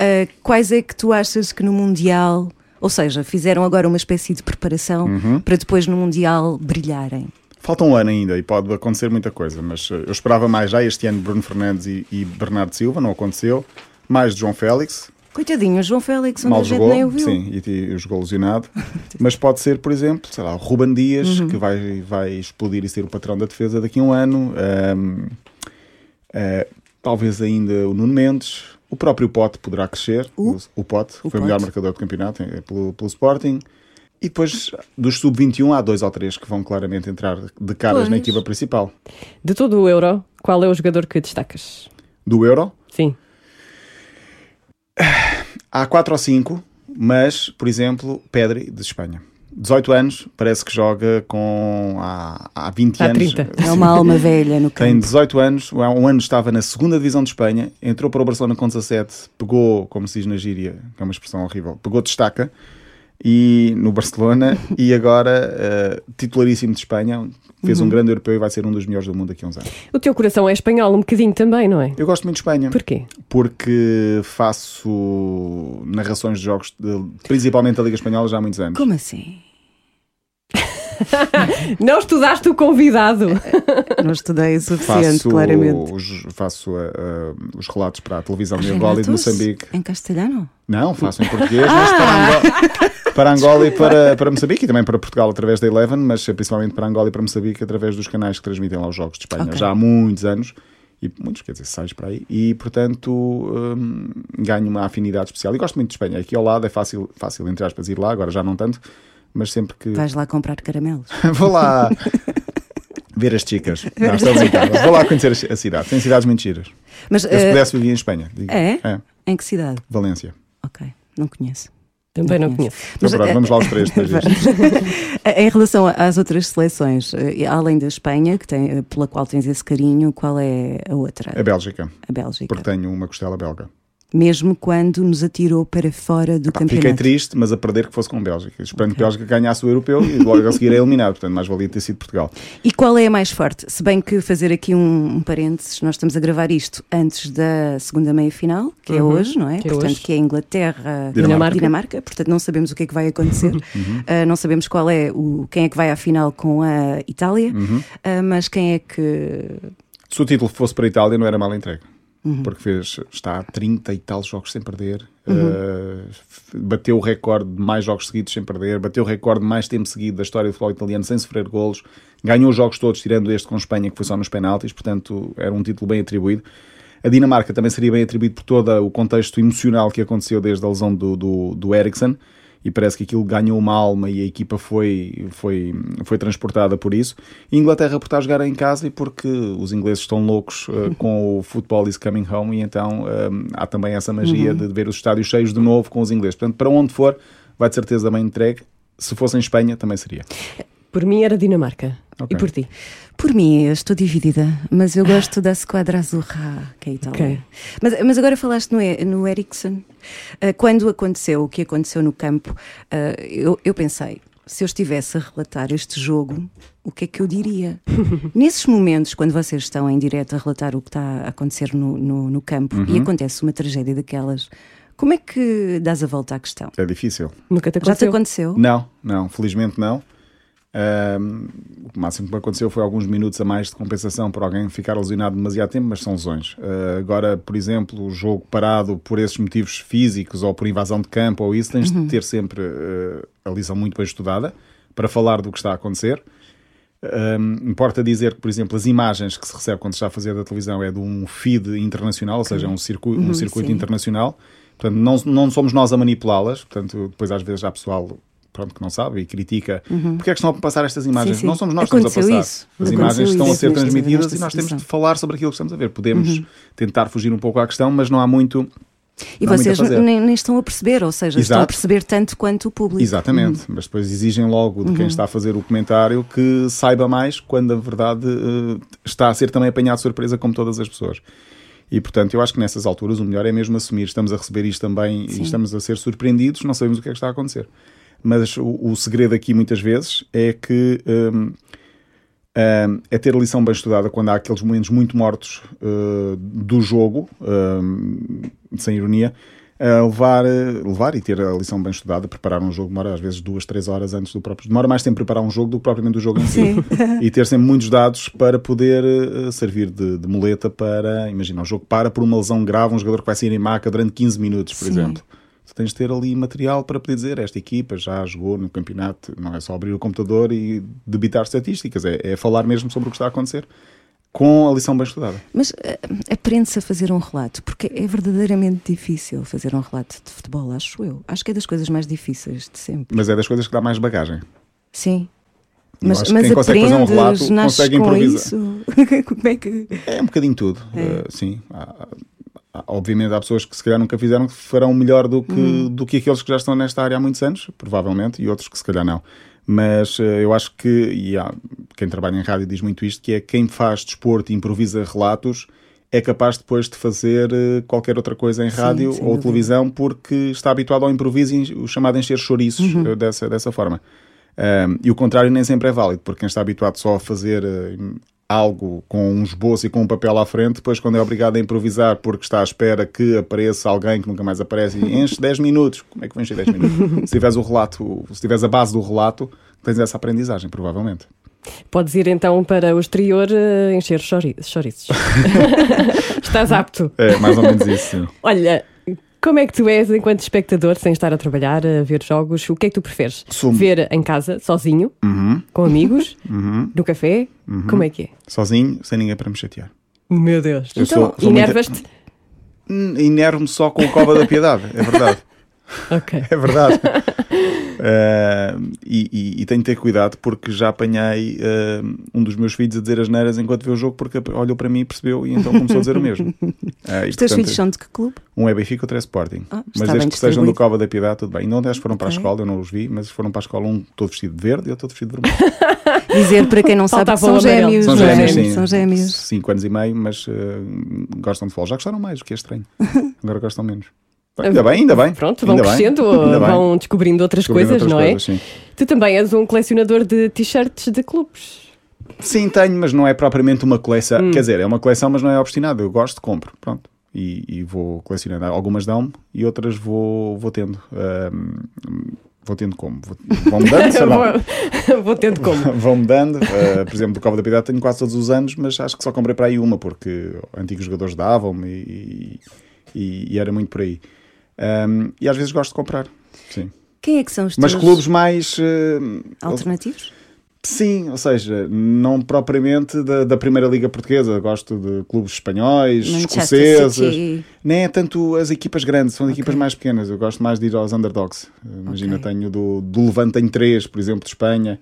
Eh, quais é que tu achas que no Mundial, ou seja, fizeram agora uma espécie de preparação Uhum. para depois no Mundial brilharem? Falta um ano ainda e pode acontecer muita coisa, mas eh, eu esperava mais já este ano Bruno Fernandes e, e Bernardo Silva, não aconteceu. Mais de João Félix, Coitadinho, o João Félix, onde mal a gente jogou, nem ouviu. sim, e, e jogou lesionado. Mas pode ser, por exemplo, sei lá, o Ruben Uhum. Dias, que vai, vai explodir e ser o patrão da defesa daqui a um ano. Ahm, eh, talvez ainda o Nuno Mendes. O próprio Pote poderá crescer. O, o Pote O foi o melhor Pote. marcador do campeonato eh, pelo, pelo Sporting. E depois, dos sub-21, há dois ou três que vão claramente entrar de caras na Pois. equipa principal. De todo o Euro, qual é o jogador que destacas? Do Euro, Sim. Há 4 ou 5, mas, por exemplo, Pedri, de Espanha. 18 anos, parece que joga com há, há 20 Há anos. 30. É uma alma velha no campo. Tem 18 anos, há um ano estava na segunda divisão de Espanha, entrou para o Barcelona com 17, pegou, como se diz na gíria, que é uma expressão horrível, pegou destaca e no Barcelona e agora eh, titularíssimo de Espanha, fez um grande europeu e vai ser um dos melhores do mundo daqui a uns anos. O teu coração é espanhol um bocadinho também, não é? Eu gosto muito de Espanha Porquê? porque faço narrações de jogos, de- principalmente da Liga Espanhola, já há muitos anos. Como assim? Não estudaste o convidado. Não estudei o suficiente, Faço, claramente. os, faço ah, ah, os relatos para a televisão de Renato, Angola e de Moçambique. Em castelhano? Não, faço em português, mas para Ah! Angola, para Angola e para, para Moçambique e também para Portugal através da Eleven, mas principalmente para Angola e para Moçambique através dos canais que transmitem lá os jogos de Espanha Ok. já há muitos anos. E muitos, quer dizer, sais para aí. E, portanto, hum, ganho uma afinidade especial. E gosto muito de Espanha. Aqui ao lado é fácil, fácil entre aspas, ir lá. Agora já não tanto. Mas sempre que... Vais lá comprar caramelos. Vou lá ver as chicas. Não, estou a brincar. Vou lá conhecer as- a cidade. Tem cidades muito giras. Mas Eu, se eh, pudesse, vivia em Espanha. Digo. é? Em que cidade? Valência. Ok, não conheço. Também não conheço. Então, pronto, eh, vamos lá os três. depois disto. em relação às outras seleções, eh, além da Espanha, que tem, eh, pela qual tens esse carinho, qual é a outra? A Bélgica, A Bélgica. porque tenho uma costela belga. Mesmo quando nos atirou para fora do Fiquei campeonato. triste, mas a perder que fosse com a Bélgica. Esperando que a Bélgica ganhasse o europeu e logo a seguir é eliminado. Portanto, mais valia ter sido Portugal. E qual é a mais forte? Se bem que fazer aqui um, um parênteses, nós estamos a gravar isto antes da segunda meia-final, que é hoje, não é? Que é portanto, hoje. que é Inglaterra, Dinamarca. Uhum. Dinamarca. Portanto, não sabemos o que é que vai acontecer. Ah, não sabemos qual é o quem é que vai à final com a Itália, Uhum. Ah, mas quem é que Se o título fosse para a Itália, não era mal entregue. Porque fez, está há 30 e tal jogos sem perder, eh, f- bateu o recorde de mais jogos seguidos sem perder, bateu o recorde de mais tempo seguido da história do futebol italiano sem sofrer golos, ganhou os jogos todos, tirando este com Espanha, que foi só nos penaltis, portanto era um título bem atribuído. A Dinamarca também seria bem atribuído por todo o contexto emocional que aconteceu desde a lesão do, do, do Eriksen e parece que aquilo ganhou uma alma e a equipa foi, foi, foi transportada por isso. E Inglaterra por estar a jogar em casa e porque os ingleses estão loucos eh, com o futebol is coming home e então eh, há também essa magia de ver os estádios cheios de novo com os ingleses. Portanto, para onde for, vai de certeza bem entregue. Se fosse em Espanha, também seria. Por mim era Dinamarca. E Ok. por ti? Por mim, eu estou dividida, mas Ah. eu gosto da Squadra Azurra, que é a Itália. Ok. Mas, mas agora falaste no, E- no Ericsson. Ah, quando aconteceu o que aconteceu no campo, ah, eu, eu pensei, se eu estivesse a relatar este jogo, o que é que eu diria? Nesses momentos, quando vocês estão em direto a relatar o que está a acontecer no, no- no campo e Uhum. acontece uma tragédia daquelas, como é que dás a volta à questão? É difícil. Nunca te Já te aconteceu? aconteceu? Não, não, felizmente não. Ahm, o máximo que me aconteceu foi alguns minutos a mais de compensação por alguém ficar lesionado demasiado tempo, mas são lesões. Ah, agora, por exemplo, o jogo parado por esses motivos físicos ou por invasão de campo ou isso, tens de ter sempre ah, a lição muito bem estudada para falar do que está a acontecer. Ahm, importa dizer que, por exemplo, as imagens que se recebe quando se está a fazer da televisão é de um feed internacional, ou seja, é um circuito, um circuito Uhum, sim. internacional. Portanto, não, não somos nós a manipulá-las. Portanto, depois às vezes há pessoal pronto, que não sabe e critica porque é que estão a passar estas Uhum. imagens. Sim, sim. Não somos nós que Aconteceu estamos a passar. isso. As Aconteceu imagens estão isso a ser nesta- transmitidas nesta e nós temos de seleção. falar sobre aquilo que estamos a ver. Podemos Uhum. tentar fugir um pouco à questão, mas não há muito. E não há muito a vocês fazer. nem, nem estão a perceber, ou seja, estão a Exato. perceber tanto quanto o público. Exatamente, mas depois exigem logo de quem está a fazer o comentário que saiba mais quando a verdade eh, está a ser também apanhado de surpresa, como todas as pessoas. E portanto, eu acho que nessas alturas o melhor é mesmo assumir. Estamos a receber isto também e estamos a ser surpreendidos, não sabemos o que é que está a acontecer. Mas o, o segredo aqui, muitas vezes, é que hum, um, é ter a lição bem estudada quando há aqueles momentos muito mortos uh, do jogo, um, sem ironia, uh, levar, uh, levar e ter a lição bem estudada, preparar um jogo demora às vezes duas, três horas antes do próprio. Demora mais tempo preparar um jogo do que propriamente o jogo em si. e ter sempre muitos dados para poder uh, servir de, de muleta para, imagina, um jogo para por uma lesão grave, um jogador que vai sair em maca durante 15 minutos, por exemplo. Tu tens de ter ali material para poder dizer esta equipa já jogou no campeonato, não é só abrir o computador e debitar estatísticas, é, é falar mesmo sobre o que está a acontecer com a lição bem estudada. Mas eh, aprende-se a fazer um relato, porque é verdadeiramente difícil fazer um relato de futebol, acho eu. Acho que é das coisas mais difíceis de sempre. Mas é das coisas que dá mais bagagem. Sim. Eu Mas, acho que mas quem consegue fazer um aprendes, relato nasces consegue com improvisar. isso. Como é que. É um bocadinho tudo, eh, sim. Há- há- obviamente há pessoas que se calhar nunca fizeram que farão melhor do que, Hum. do que aqueles que já estão nesta área há muitos anos, provavelmente, e outros que se calhar não. Mas eh, eu acho que, e há, quem trabalha em rádio diz muito isto, que é quem faz desporto e improvisa relatos é capaz depois de fazer eh, qualquer outra coisa em rádio sem ou dúvida. televisão porque está habituado ao improviso e o chamado encher chouriços Uhum. eh, dessa, dessa forma. Um, e o contrário nem sempre é válido, porque quem está habituado só a fazer eh, algo com um esboço e com um papel à frente, depois, quando é obrigado a improvisar porque está à espera que apareça alguém que nunca mais aparece e enche 10 minutos, como é que vou encher 10 minutos? se tiveres o relato, se tiveres a base do relato, tens essa aprendizagem, provavelmente. Podes ir então para o exterior eh, encher chori- chouriços. Estás apto. É mais ou menos isso. sim. Olha, como é que tu és enquanto espectador, sem estar a trabalhar, a ver jogos? O que é que tu preferes? Sou- Ver em casa, sozinho, Uhum. com amigos, no café? Como é que é? Sozinho, sem ninguém para me chatear. Meu Deus. Eu sou- Então, sou muito- enervas-te? Hum, Enervo-me só com o cova da piedade, é verdade. Ok. É verdade. Uh, e, e- e tenho de ter cuidado porque já apanhei uh, um dos meus filhos a dizer as neiras enquanto vê o jogo porque olhou para mim e percebeu e então começou a dizer o mesmo. Uh, e, Os teus portanto, filhos são de que clube? Um é Benfica, outro é Sporting. Ah, está mas bem desde que sejam distribuído. do Cova da Piedade, tudo bem. E não foram para Ok. a escola, eu não os vi, mas foram para a escola um todo vestido de verde e outro todo vestido de vermelho. Dizer para quem não sabe Faltava que são o amarelo. gêmeos. São não é? gêmeos, sim. São gêmeos. Cinco anos e meio, mas uh, gostam de futebol. Já gostaram mais, o que é estranho. Agora gostam menos. É Bem, Ainda bem, ainda bem. Pronto, vão Ainda bem. crescendo, Ainda bem. vão descobrindo outras Descobrindo coisas, outras não coisas, é? sim. Tu também és um colecionador de t-shirts de clubes. Sim, tenho, mas não é propriamente uma coleção. Quer dizer, é uma coleção, mas não é obstinada. Eu gosto, compro. Pronto. E, e vou colecionando. Algumas dão-me e outras vou, vou tendo. Ahm, vou tendo como? Vou, vão mudando, sei lá. Vou, vou tendo como. Vão mudando. Ah, por exemplo, do Cova da Piedade tenho quase todos os anos, mas acho que só comprei para aí uma, porque antigos jogadores davam-me e, e- e era muito por aí. Ahm, e às vezes gosto de comprar. Sim. Quem é que são os teus Mas clubes mais. ah, alternativos? Sim, ou seja, não propriamente da, da Primeira Liga Portuguesa, gosto de clubes espanhóis, Manchester escoceses, City. nem é tanto as equipas grandes, são equipas mais pequenas, eu gosto mais de ir aos underdogs. Ok. Imagina, Uhum. tenho do, do Levante em 3, por exemplo, de Espanha,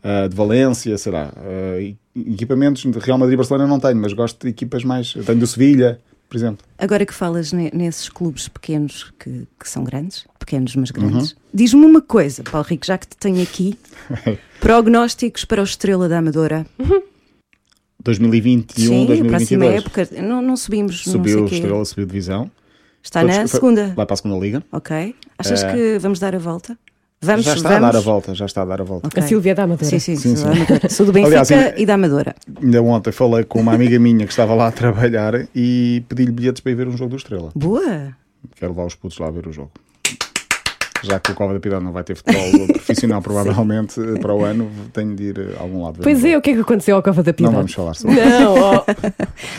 ah, de Valência, sei lá, ah, e- equipamentos de Real Madrid e Barcelona não tenho, mas gosto de equipas mais, eu tenho do Sevilha, por exemplo. Agora que falas ne- nesses clubes pequenos que, que são grandes, pequenos Uhum. mas grandes, diz-me uma coisa, Paulo Rico, já que te tenho aqui, prognósticos para o Estrela da Amadora. 2021, Sim, a 2022. próxima época, não, não subimos, Subiu, não sei o quê. estrela, subiu divisão. Está na Todos- foi- segunda, Vai para a segunda liga. ok? Achas que vamos dar a volta? Vamos, já está vamos. a dar a volta, já está a dar a volta. Ok. A Silvia é da Amadora. Sim, sim, Sim, sou sim. da Amadora. Sou do Benfica Aliás, ainda- e da Amadora. Ainda ontem falei com uma amiga minha que estava lá a trabalhar e pedi-lhe bilhetes para ir ver um jogo do Estrela. Boa! Quero levar os putos lá a ver o jogo. Já que o Cova da Piedade não vai ter futebol profissional, provavelmente, para o ano, tenho de ir a algum lado. ver Pois um é, jogo. o que é que aconteceu ao Cova da Piedade? Não vamos falar sobre Não, ó,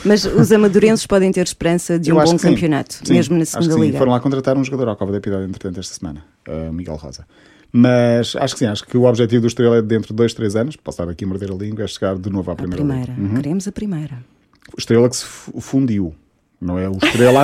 Mas os amadorenses podem ter esperança de Eu um acho bom que sim. campeonato, Sim, mesmo na acho que segunda sim. liga. Foram lá contratar um jogador ao Cova da Piedade, entretanto, esta semana, eh, Miguel Rosa. Mas acho que sim, acho que o objetivo do Estrela é dentro de dois, três anos, posso estar aqui a morder a língua, é chegar de novo à A primeira, primeira, liga. Uhum. queremos a primeira. Estrela que se fu- fundiu, não é o Estrela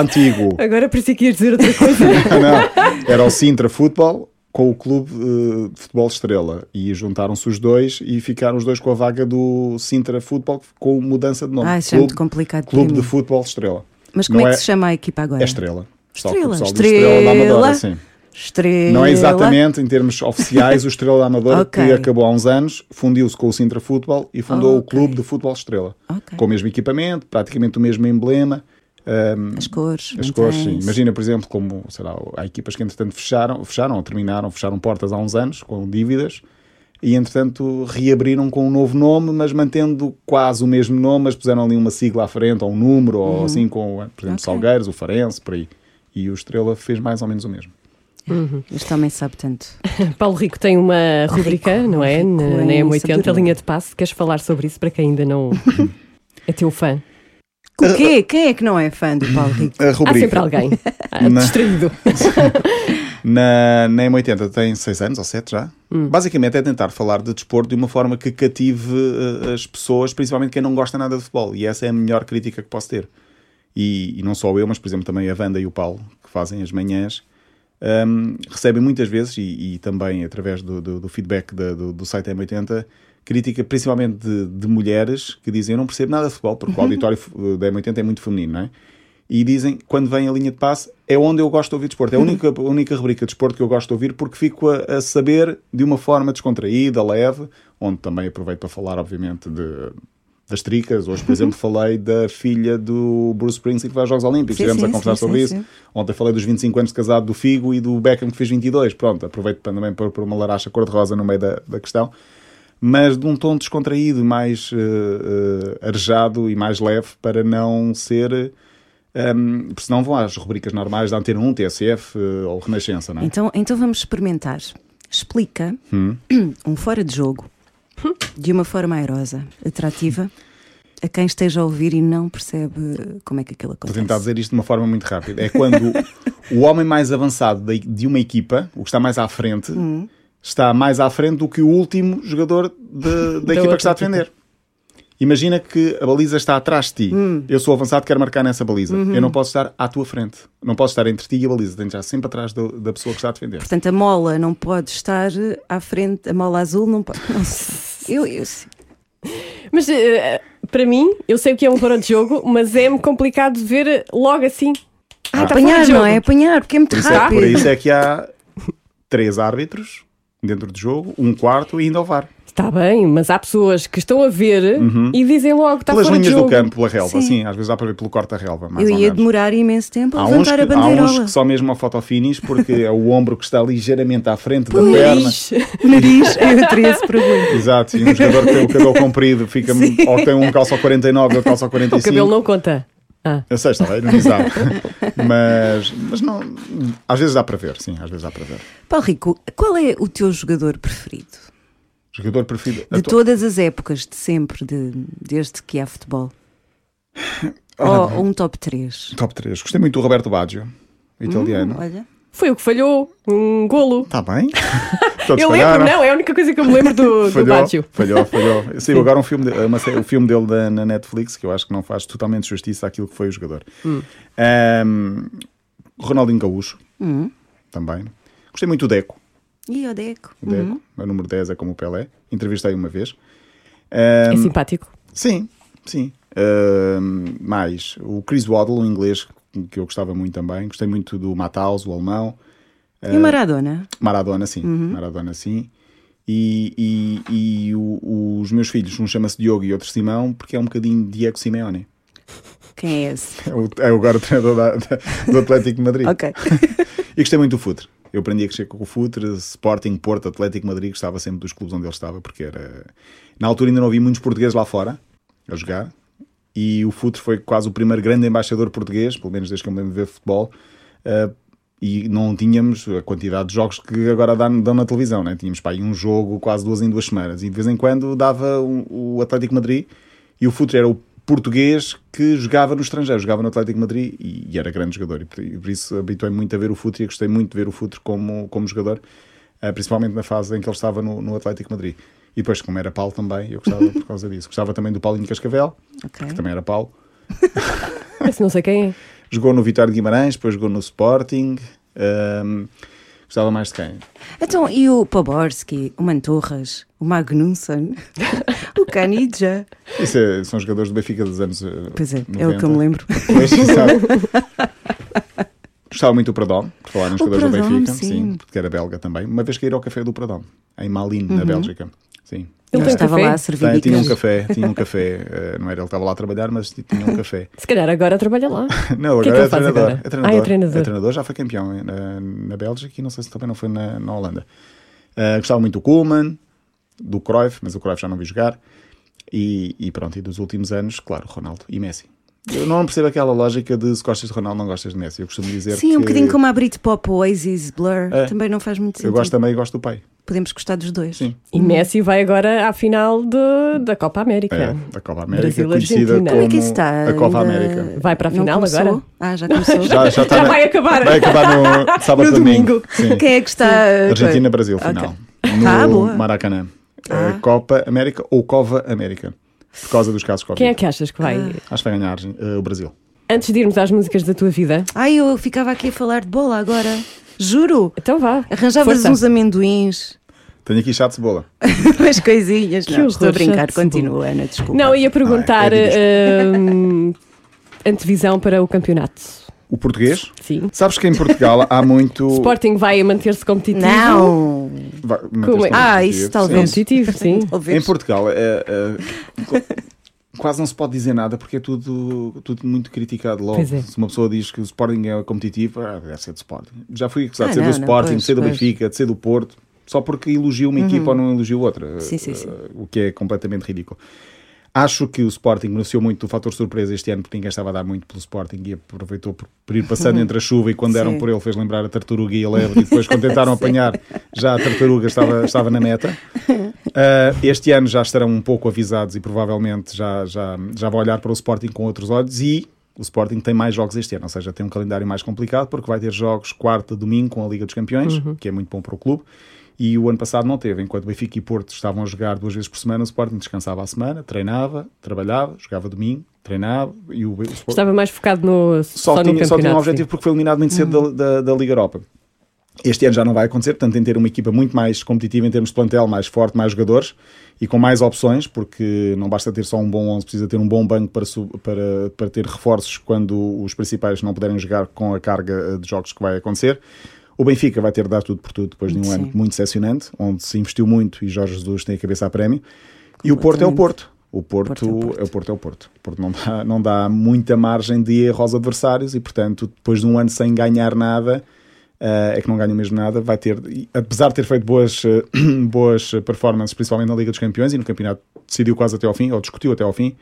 antigo. agora parecia que ias dizer outra coisa. Ah, não. Era o Sintra Futebol com o clube eh, de futebol Estrela e juntaram-se os dois e ficaram os dois com a vaga do Sintra Futebol com mudança de nome. Ah, isso é muito complicado Clube para de mim. Futebol Estrela. Mas como Não é que se chama a equipa agora? É Estrela. Só que Estrela, o pessoal diz Estrela da Amadora, Estrela. sim. Estrela. Não é exatamente em termos oficiais o Estrela da Amadora Ok. que acabou há uns anos, fundiu-se com o Sintra Futebol e fundou Ok. o Clube de Futebol Estrela. Ok. Com o mesmo equipamento, praticamente o mesmo emblema. eh, As cores. As cores, sim. mantém-se. Imagina, por exemplo, como sei lá, há equipas que entretanto fecharam, fecharam, ou terminaram, fecharam portas há uns anos com dívidas e entretanto reabriram com um novo nome, mas mantendo quase o mesmo nome, mas puseram ali uma sigla à frente ou um número, ou assim com, por exemplo, Salgueiros, o Farense, por aí. E o Estrela fez mais ou menos o mesmo. Este homem sabe tanto. Paulo Rico tem uma rubrica, não é? Rico Na, em na M80, sabedoria. linha de passe. Queres falar sobre isso para quem ainda não é teu fã? O quê? Quem é que não é fã do Paulo Rico? A Há sempre alguém ah, Não. distraído. Na, na M80 tem 6 anos ou 7 já. Basicamente é tentar falar de desporto de uma forma que cative eh, as pessoas, principalmente quem não gosta nada de futebol. E essa é a melhor crítica que posso ter. E, e não só eu, mas por exemplo também a Wanda e o Paulo, que fazem as manhãs, ehm, recebem muitas vezes, e, e também através do, do- do feedback da- do, do site M80, crítica principalmente de, de mulheres que dizem eu não percebo nada de futebol, Uhum. porque o auditório eh, da M80 é muito feminino, não é? e dizem quando vem a linha de passe é onde eu gosto de ouvir desporto. É a Uhum. única, a única rubrica de desporto que eu gosto de ouvir porque fico a, a saber de uma forma descontraída, leve, onde também aproveito para falar, obviamente, de, das tricas. Hoje, por Uhum. exemplo, falei da filha do Bruce Springsteen que vai aos Jogos Olímpicos. Sim, Estivemos a sim, conversar sim, sobre sim, isso. sim. Ontem falei dos 25 anos de casado do Figo e do Beckham que fez 22. Pronto, aproveito para também pôr, pôr uma laracha cor-de-rosa no meio da, da questão. Mas de um tom descontraído, mais eh, eh, arejado e mais leve para não ser... Um, porque senão vão às rubricas normais da Antena 1, TSF eh, ou Renascença, não é? Então, então vamos experimentar. Explica Hum. um fora de jogo de uma forma airosa, atrativa, a quem esteja a ouvir e não percebe como é que aquilo Vou acontece. tentar dizer isto de uma forma muito rápida. É quando o homem mais avançado da- de uma equipa, o que está mais à frente, está mais à frente do que o último jogador de- da equipa outra que está a defender. Imagina que a baliza está atrás de ti. Eu sou avançado, quero marcar nessa baliza. Eu não posso estar à tua frente. Não posso estar entre ti e a baliza. Tenho que estar sempre atrás do- da pessoa que está a defender. Portanto, a mola não pode estar à frente, a mola azul não pode. Não sei. eu, eu, Mas eh, para mim, eu sei o que é um fora de jogo, mas é-me complicado de ver logo assim. Ah, está fora apanhar, de jogo. não é? Apanhar, porque é muito Por isso, é, rápido. por isso é que há três árbitros dentro do jogo, um quarto e ainda o VAR. Está bem, mas há pessoas que estão a ver e dizem logo, está Uhum. Tá fora Pelas de linhas jogo. do campo, pela relva, Sim. sim. às vezes dá para ver pelo corte da relva. Mais Eu ou ia menos. demorar imenso tempo a Há uns, levantar que, a há uns bandeirola. que só mesmo a fotofinis, porque é o ombro que está ligeiramente à frente da perna. Pois. O nariz, eu teria esse problema. Exato, e um jogador que tem o cabelo comprido, fica, ou tem um calço ao 49 ou calço ao O 45. cabelo não conta. Ah, Eu sei, está bem, não exato. mas, mas não, às vezes dá para ver, sim, às vezes dá para ver. Paulo Rico, qual é o teu jogador preferido? Jogador preferido. De atu- todas as épocas, de sempre, de- desde que há futebol. Ora Ou um top 3. Top 3. Gostei muito do Roberto Baggio, italiano. Hum, Olha, Foi o que falhou. Um golo. Está bem? Eu né? lembro, não, é a única coisa que eu me lembro do, do Falhou, Bátio. falhou, falhou. Saiu agora um filme, de- uma série- o filme dele da- na Netflix, que eu acho que não faz totalmente justiça àquilo que foi o jogador. Hum. Ahm, Ronaldinho Gaúcho, Hum. também. Gostei muito do Deco. E o Deco. O Uhum. Deco, o número 10 é como o Pelé. Entrevistei uma vez. Ahm, É simpático. Sim, sim. Ahm, mais o Chris Waddle, o inglês, que eu gostava muito também. Gostei muito do Matthaus, o alemão. E o Maradona? Maradona, sim. Maradona, sim. E, e- e o- os meus filhos, um chama-se Diogo e outro Simão, porque é um bocadinho Diego Simeone. Quem é esse? É, o, é agora o treinador da- da- do Atlético de Madrid. Ok. E gostei muito do Futre. Eu aprendi a crescer com o Futre, Sporting, Porto, Atlético de Madrid, gostava sempre dos clubes onde ele estava, porque era. Na altura ainda não havia muitos portugueses lá fora a jogar, e o Futre foi quase o primeiro grande embaixador português, pelo menos desde que eu me lembro de ver futebol, ah, e não tínhamos a quantidade de jogos que agora dão, dão na televisão, né? tínhamos pá, aí um jogo quase duas em duas semanas, e de vez em quando dava um, o, o Atlético de Madrid, e o Futre era o português que jogava no estrangeiro, jogava no Atlético de Madrid e, e era grande jogador, e por, e por isso habituei-me muito a ver o Futre e gostei muito de ver o Futre como, como jogador, ah, principalmente na fase em que ele estava no, no Atlético de Madrid. E depois, como era Paulo também, eu gostava por causa disso. Gostava também do Paulinho Cascavel, Ok. que também era Paulo. Mas não sei quem é. Jogou no Vitória de Guimarães, depois jogou no Sporting. Ahm, gostava mais de quem? Então, e o Poborski, o Mantorras, o Magnussen, o Canidja? Isso é- são jogadores do Benfica dos anos. eh, Pois é, é o que 90. eu me lembro. Pois, sabe? Gostava muito do Pradom, por falar nos O jogadores do Pradom, Benfica, sim. porque era belga também. Uma vez que ir ao café do Pradom, em Malines, Uhum. na Bélgica. Sim. Ele Ele tem estava café? lá a Tem- servir tinha um bicas. café, tinha um café, eh, não era ele que estava lá a trabalhar, mas tinha um café. Se calhar agora trabalha lá. Não, O que é que agora ele é, faz treinador, agora? é treinador. Ah, é treinador. já foi campeão eh, na, na Bélgica e não sei se também não foi na, na Holanda. Ah, gostava muito do Kuhlman, do Cruyff, mas o Cruyff já não vi jogar. E, e pronto, e dos últimos anos, claro, Ronaldo e Messi. Eu não percebo aquela lógica de se gostas de Ronaldo, não gostas de Messi. Eu costumo dizer Sim, que um bocadinho como a Britpop, Oasis, Blur, É. também não faz muito eu sentido. gosto também e gosto do pai. Podemos gostar dos dois. Sim. E Messi vai agora à final de- da Copa América. É, da Copa América, Brasil, conhecida Argentina. como, Como é que isso está? a Copa Ainda- América. Vai para a Não final começou? agora? Ah, já começou. Já, já, está Já na- vai acabar. Vai acabar no sábado No domingo. domingo. Sim. Quem é que está? Argentina-Brasil, Ok. final. No Ah, boa. Maracanã. Ah. Eh, Copa América ou Cova América. Por causa dos casos Covid. Quem é que achas que vai? Acho que vai ganhar eh, o Brasil. Antes de irmos às músicas da tua vida, Ai, eu ficava aqui a falar de bola agora. Juro. então vá. Arranjavas Força. uns amendoins, Tenho aqui chá de cebola. umas coisinhas. Não, horror, estou a brincar, chato-se, continua, Ana, desculpa. Não, ia perguntar Ah, é hum, antevisão para o campeonato. O português? Sim. Sabes que em Portugal há muito. Sporting vai manter-se competitivo. Não. Vai- mantém-se Como é- com Ah, o isso Português, talvez. sim. Competitivo, sim. Em Talvez. Portugal, eh, eh, qu- quase não se pode dizer nada porque é tudo, tudo muito criticado logo. Pois é. Se uma pessoa diz que o Sporting é competitivo, ah, deve ser de Sporting. Já fui acusado Ah, de ser não, do não, Sporting, pois, de ser do pois. Uhum. Benfica, de ser do Porto, só porque elogia uma equipa ou não elogia outra. Sim, sim, sim. Eh, O que é completamente ridículo. Acho que o Sporting beneficiou muito do fator surpresa este ano, porque ninguém estava a dar muito pelo Sporting e aproveitou por, por ir passando entre a chuva e quando deram Sim. por ele fez lembrar a tartaruga e a lebre e depois quando tentaram apanhar já a tartaruga estava, estava na meta. Uh, este ano já estarão um pouco avisados e provavelmente já, já, já vai olhar para o Sporting com outros olhos e o Sporting tem mais jogos este ano, ou seja, tem um calendário mais complicado porque vai ter jogos quarta, domingo com a Liga dos Campeões, que é muito bom para o clube. E o ano passado não teve, enquanto Benfica e Porto estavam a jogar duas vezes por semana, o Sporting descansava à semana, treinava, trabalhava, jogava domingo, treinava e o, o Sporting Estava mais focado no, só, só, no tinha, campeonato. só tinha um sim. Uhum. objetivo porque foi eliminado muito cedo da, da- da Liga Europa. Este ano já não vai acontecer, portanto, tem de ter uma equipa muito mais competitiva em termos de plantel, mais forte, mais jogadores e com mais opções, porque não basta ter só um bom 11, precisa ter um bom banco para, sub- para, para ter reforços quando os principais não puderem jogar com a carga eh, de jogos que vai acontecer. O Benfica vai ter de dar tudo por tudo depois de um ano muito decepcionante, onde se investiu muito e Jorge Jesus tem a cabeça a prémio. E o Porto é o Porto. O Porto, Porto é o Porto. é o Porto é o Porto. O Porto não dá, não dá muita margem de erro aos adversários e, portanto, depois de um ano sem ganhar nada, eh, é que não ganha mesmo nada, vai ter, e, apesar de ter feito boas, eh, boas performances, principalmente na Liga dos Campeões e no campeonato decidiu quase até ao fim, ou discutiu até ao fim,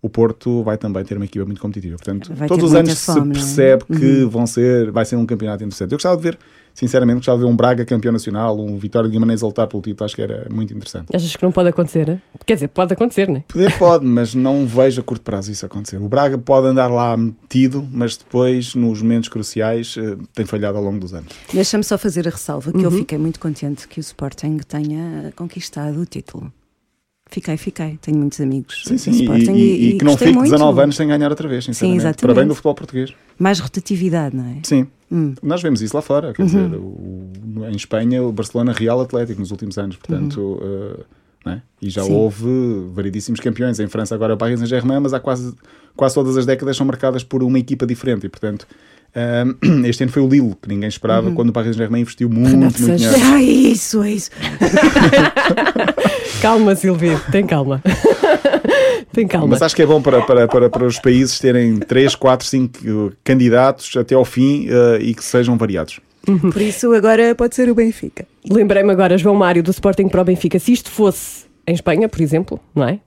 o Porto vai também ter uma equipa muito competitiva. Portanto, Vai ter todos os muita anos fome, não é? se percebe que vão ser, vai ser um campeonato interessante. Eu gostava de ver, sinceramente, gostava de ver um Braga campeão nacional, um Vitória de Guimarães a lutar pelo título, acho que era muito interessante. Achas que não pode acontecer? né? Quer dizer, pode acontecer, né? Poder pode, mas não vejo a curto prazo isso acontecer. O Braga pode andar lá metido, mas depois, nos momentos cruciais, eh, tem falhado ao longo dos anos. Deixa-me só fazer a ressalva que eu Uhum. fiquei muito contente que o Sporting tenha conquistado o título. Fiquei, fiquei. Tenho muitos amigos Sim, sim, do e, Sporting e- e que não gostei fique muito. 19 anos sem ganhar outra vez, sinceramente. exatamente. Para bem do futebol português. Mais rotatividade, não é? Sim. Nós vemos isso lá fora, quer dizer, o- no- em Espanha, o Barcelona Real Atlético nos últimos anos, portanto, eh, não é? e já houve variedíssimos campeões. Em França, agora é o Paris Saint-Germain, mas há quase, quase todas as décadas são marcadas por uma equipa diferente, e portanto, ahm, este ano foi o Lille, que ninguém esperava, quando o Paris Saint-Germain investiu muito, muito Sanches. dinheiro. Ah, é isso, é isso. Calma, Silvio, tem calma. tem calma. Mas acho que é bom para, para, para, para os países terem 3, 4, 5 candidatos até ao fim eh, e que sejam variados. Por isso agora pode ser o Benfica. Lembrei-me agora, João Mário, do Sporting para o Benfica. Se isto fosse em Espanha, por exemplo, não é?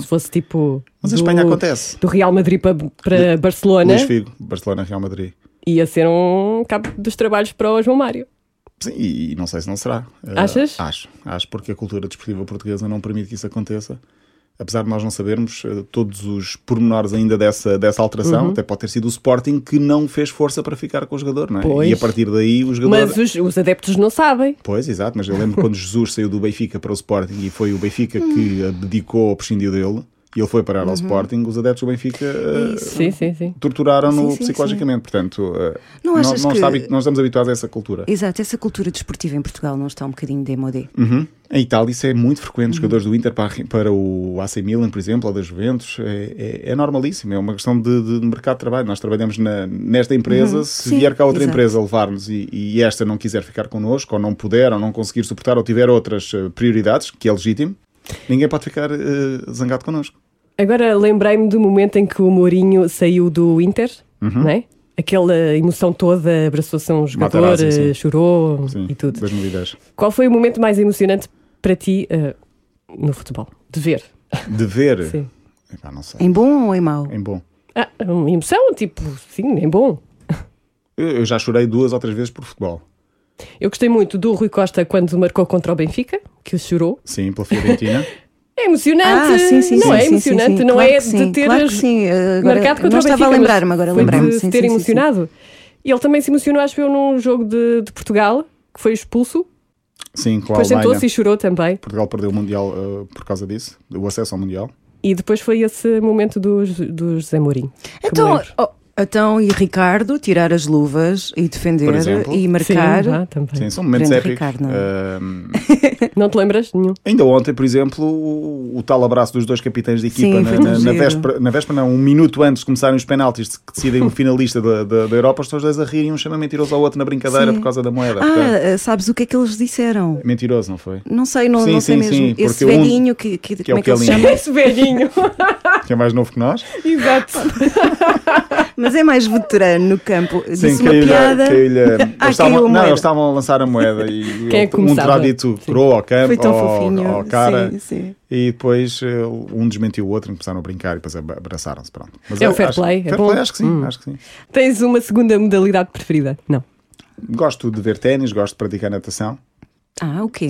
Se fosse tipo. Uhum. Mas em do, Espanha acontece. Do Real Madrid para, para Barcelona, Luís Figo, Barcelona, Real Madrid. ia ser um cabo dos trabalhos para o João Mário. Sim, e, e não sei se não será. Eh, Achas? acho. Acho porque a cultura desportiva portuguesa não permite que isso aconteça. Apesar de nós não sabermos eh, todos os pormenores ainda dessa, dessa alteração, Uhum. até pode ter sido o Sporting que não fez força para ficar com o jogador, não é? Pois. E a partir daí o jogador. Mas os, os adeptos não sabem. Pois, exato, mas eu lembro quando Jesus saiu do Benfica para o Sporting e foi o Benfica Hum. que abdicou ou prescindiu dele e ele foi parar Uhum. ao Sporting, os adeptos do Benfica eh, Sim, sim, sim. torturaram-no Sim, sim, psicologicamente. Portanto, eh, Não não, achas não que- está habi- não estamos habituados a essa cultura. Exato, essa cultura desportiva em Portugal não está um bocadinho demodé. Uhum. Em Itália isso é muito frequente, os jogadores do Inter para, para o AC Milan, por exemplo, ou da Juventus, é, é- é normalíssimo, é uma questão de, de mercado de trabalho. Nós trabalhamos na- nesta empresa, se Sim, vier cá outra exato. empresa levar-nos e, e esta não quiser ficar connosco, ou não puder, ou não conseguir suportar, ou tiver outras eh, prioridades, que é legítimo, ninguém pode ficar eh, zangado connosco. Agora lembrei-me do momento em que o Mourinho saiu do Inter, Uhum. não é? Aquela emoção toda, abraçou-se a um jogador, Materazzi, sim. eh, chorou Sim, e tudo. 2010. Qual foi o momento mais emocionante para ti eh, no futebol? De ver? De ver, Sim. Epá, não sei, Em bom ou em mau? em bom. Ah, uma emoção, tipo, sim, é bom. Eu eu já chorei duas ou três vezes por futebol. Eu gostei muito do Rui Costa quando marcou contra o Benfica, que chorou. Sim, pela Fiorentina. É Ah, emocionante, não é emocionante, não Claro é que sim, de ter eh, claro que sim. Agora, marcado não contra o Benfica. estava a mas lembrar-me agora, foi lembrei-me. de Sim, ter sim, sim, emocionado. E ele também se emocionou, acho eu, num jogo de, de Portugal, que foi expulso. Sim, com a Depois Alemanha. sentou-se e chorou também. Portugal perdeu o Mundial eh, por causa disso, o acesso ao Mundial. E depois foi esse momento do, do José Mourinho. que me Então, lembro. oh, então, e Ricardo tirar as luvas e Por defender exemplo? e Sim, marcar. ah, também. Sim, são momentos Hum. Grande épicos. Ricardo, não é? Ahm, Não te lembras nenhum? ainda ontem, por exemplo, o, o tal abraço dos dois capitães de equipa Sim, na, foi na- na giro. véspera, na véspera, não, um minuto antes de começarem os penaltis que decidem o finalista da, da, da Europa, estão os dois a rirem um chama mentiroso ao outro na brincadeira Sim. por causa da moeda. Portanto, Ah, sabes o que é que eles disseram? mentiroso, não foi? Não sei, não, Sim, não sei sim, mesmo. sim, Esse porque um- velhinho que, que, é o como é que ele se Kelly. chama? Esse velhinho. Que é mais novo que nós? Sim, Exato. Mas é mais veterano no campo. Disse uma caiu-lhe- piada. Ah, caiu-lhe- eles caiu estavam, a não, moeda. eles estavam a lançar a moeda e Quem é que um começava? terá dito coroa ao campo, Foi tão ao- fofinho. ao cara. Sim, sim. E depois eh, um desmentiu o outro, e começaram a brincar e depois ab- abraçaram-se. Pronto. Mas É eu o fair acho- play, é Fair bom. play, acho que sim, acho que sim. Tens uma segunda modalidade preferida? Não. Gosto de ver ténis, gosto de praticar natação. Ah, o quê?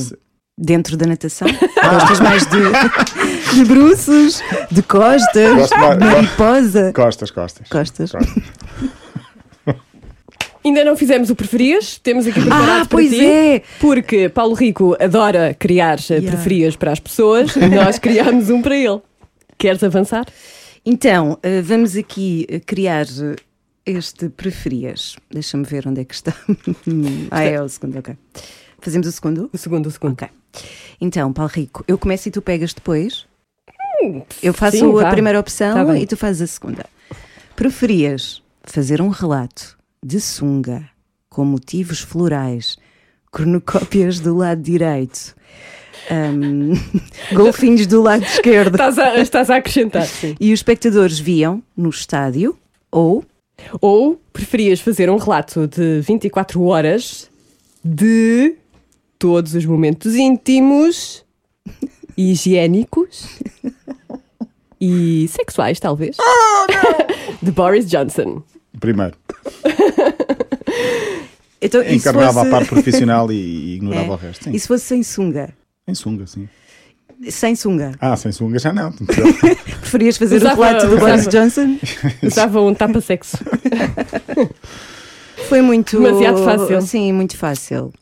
Dentro da natação? Gostas Ah, mais de, de bruços, de costas, Gosto mais- de Ah, mariposa? Costas, costas. Costas. Ainda não fizemos o preferias, temos aqui preparado Ah, pois para ti, é. Porque Paulo Rico adora criar eh, Yeah. preferias para as pessoas, nós criámos um para ele. Queres avançar? Então, eh, vamos aqui eh, criar eh, este preferias. Deixa-me ver onde é que está. ah, é o segundo, ok. Fazemos o segundo? O segundo, o segundo. Ok. Então, Paulo Rico, eu começo e tu pegas depois. Eu faço Hum, sim, a vá. primeira Tá opção bem. e tu fazes a segunda. Preferias fazer um relato de sunga com motivos florais, cronocópias do lado direito, ahm, golfinhos do lado esquerdo Estás a, estás a acrescentar, sim. e os espectadores viam no estádio ou Ou preferias fazer um relato de 24 horas de todos os momentos íntimos e higiênicos e sexuais, talvez, Oh, de Boris Johnson. Primeiro, Então, e se encarnava fosse- a parte profissional e, e ignorava É. o resto. Sim, E se fosse sem sunga? sem sunga, sim. Sem sunga. Ah, sem sunga já não. Preferias fazer Usava- o relato do usava. Boris Johnson? Usava um tapa-sexo. Foi muito. Demasiado fácil. Sim, muito fácil.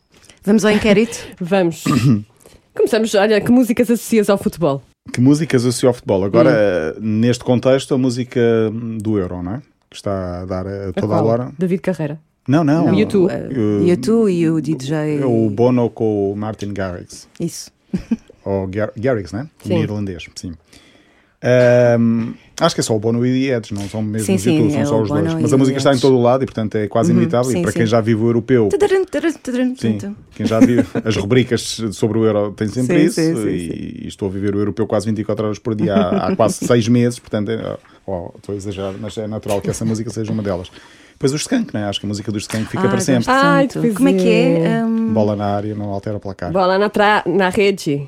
Vamos ao inquérito? Vamos. Começamos, olha, que músicas associas ao futebol? que músicas associou ao futebol? Agora, Hum. eh, neste contexto, a música hum, do Euro, não é? Que está a dar eh, a toda a Qual? hora. David Carreira. Não, não. Não, E o tu? eh, E o tu e o DJ. É o Bono com o Martin Garrix. Isso. Ou Gar Garrix, né? Sim. Em irlandês, sim. Ahm, acho que é só o Bono e Edge, não são mesmo Sim, os sim, YouTube, são é só o os Bono dois. Mas e a o música está em Edge. todo o lado e, portanto, é quase inevitável. sim, e para sim. quem já vive o europeu, Tadarum, tadarum, tadarum, tum, Sim, tum. quem já viu as rubricas sobre o euro tem sempre Sim, isso. sim, sim, e, e estou a viver o europeu quase 24 horas por dia há, há quase 6 meses, portanto, é- ó, estou a exagerar, mas é natural que essa música seja uma delas. Depois o Skank, não é? Acho que a música do Skank fica Ah, para gosto sempre. Ai, tanto. pois Como é que é. é? Hum, Bola na área, não altera o placar. Bola na, pra... na rede.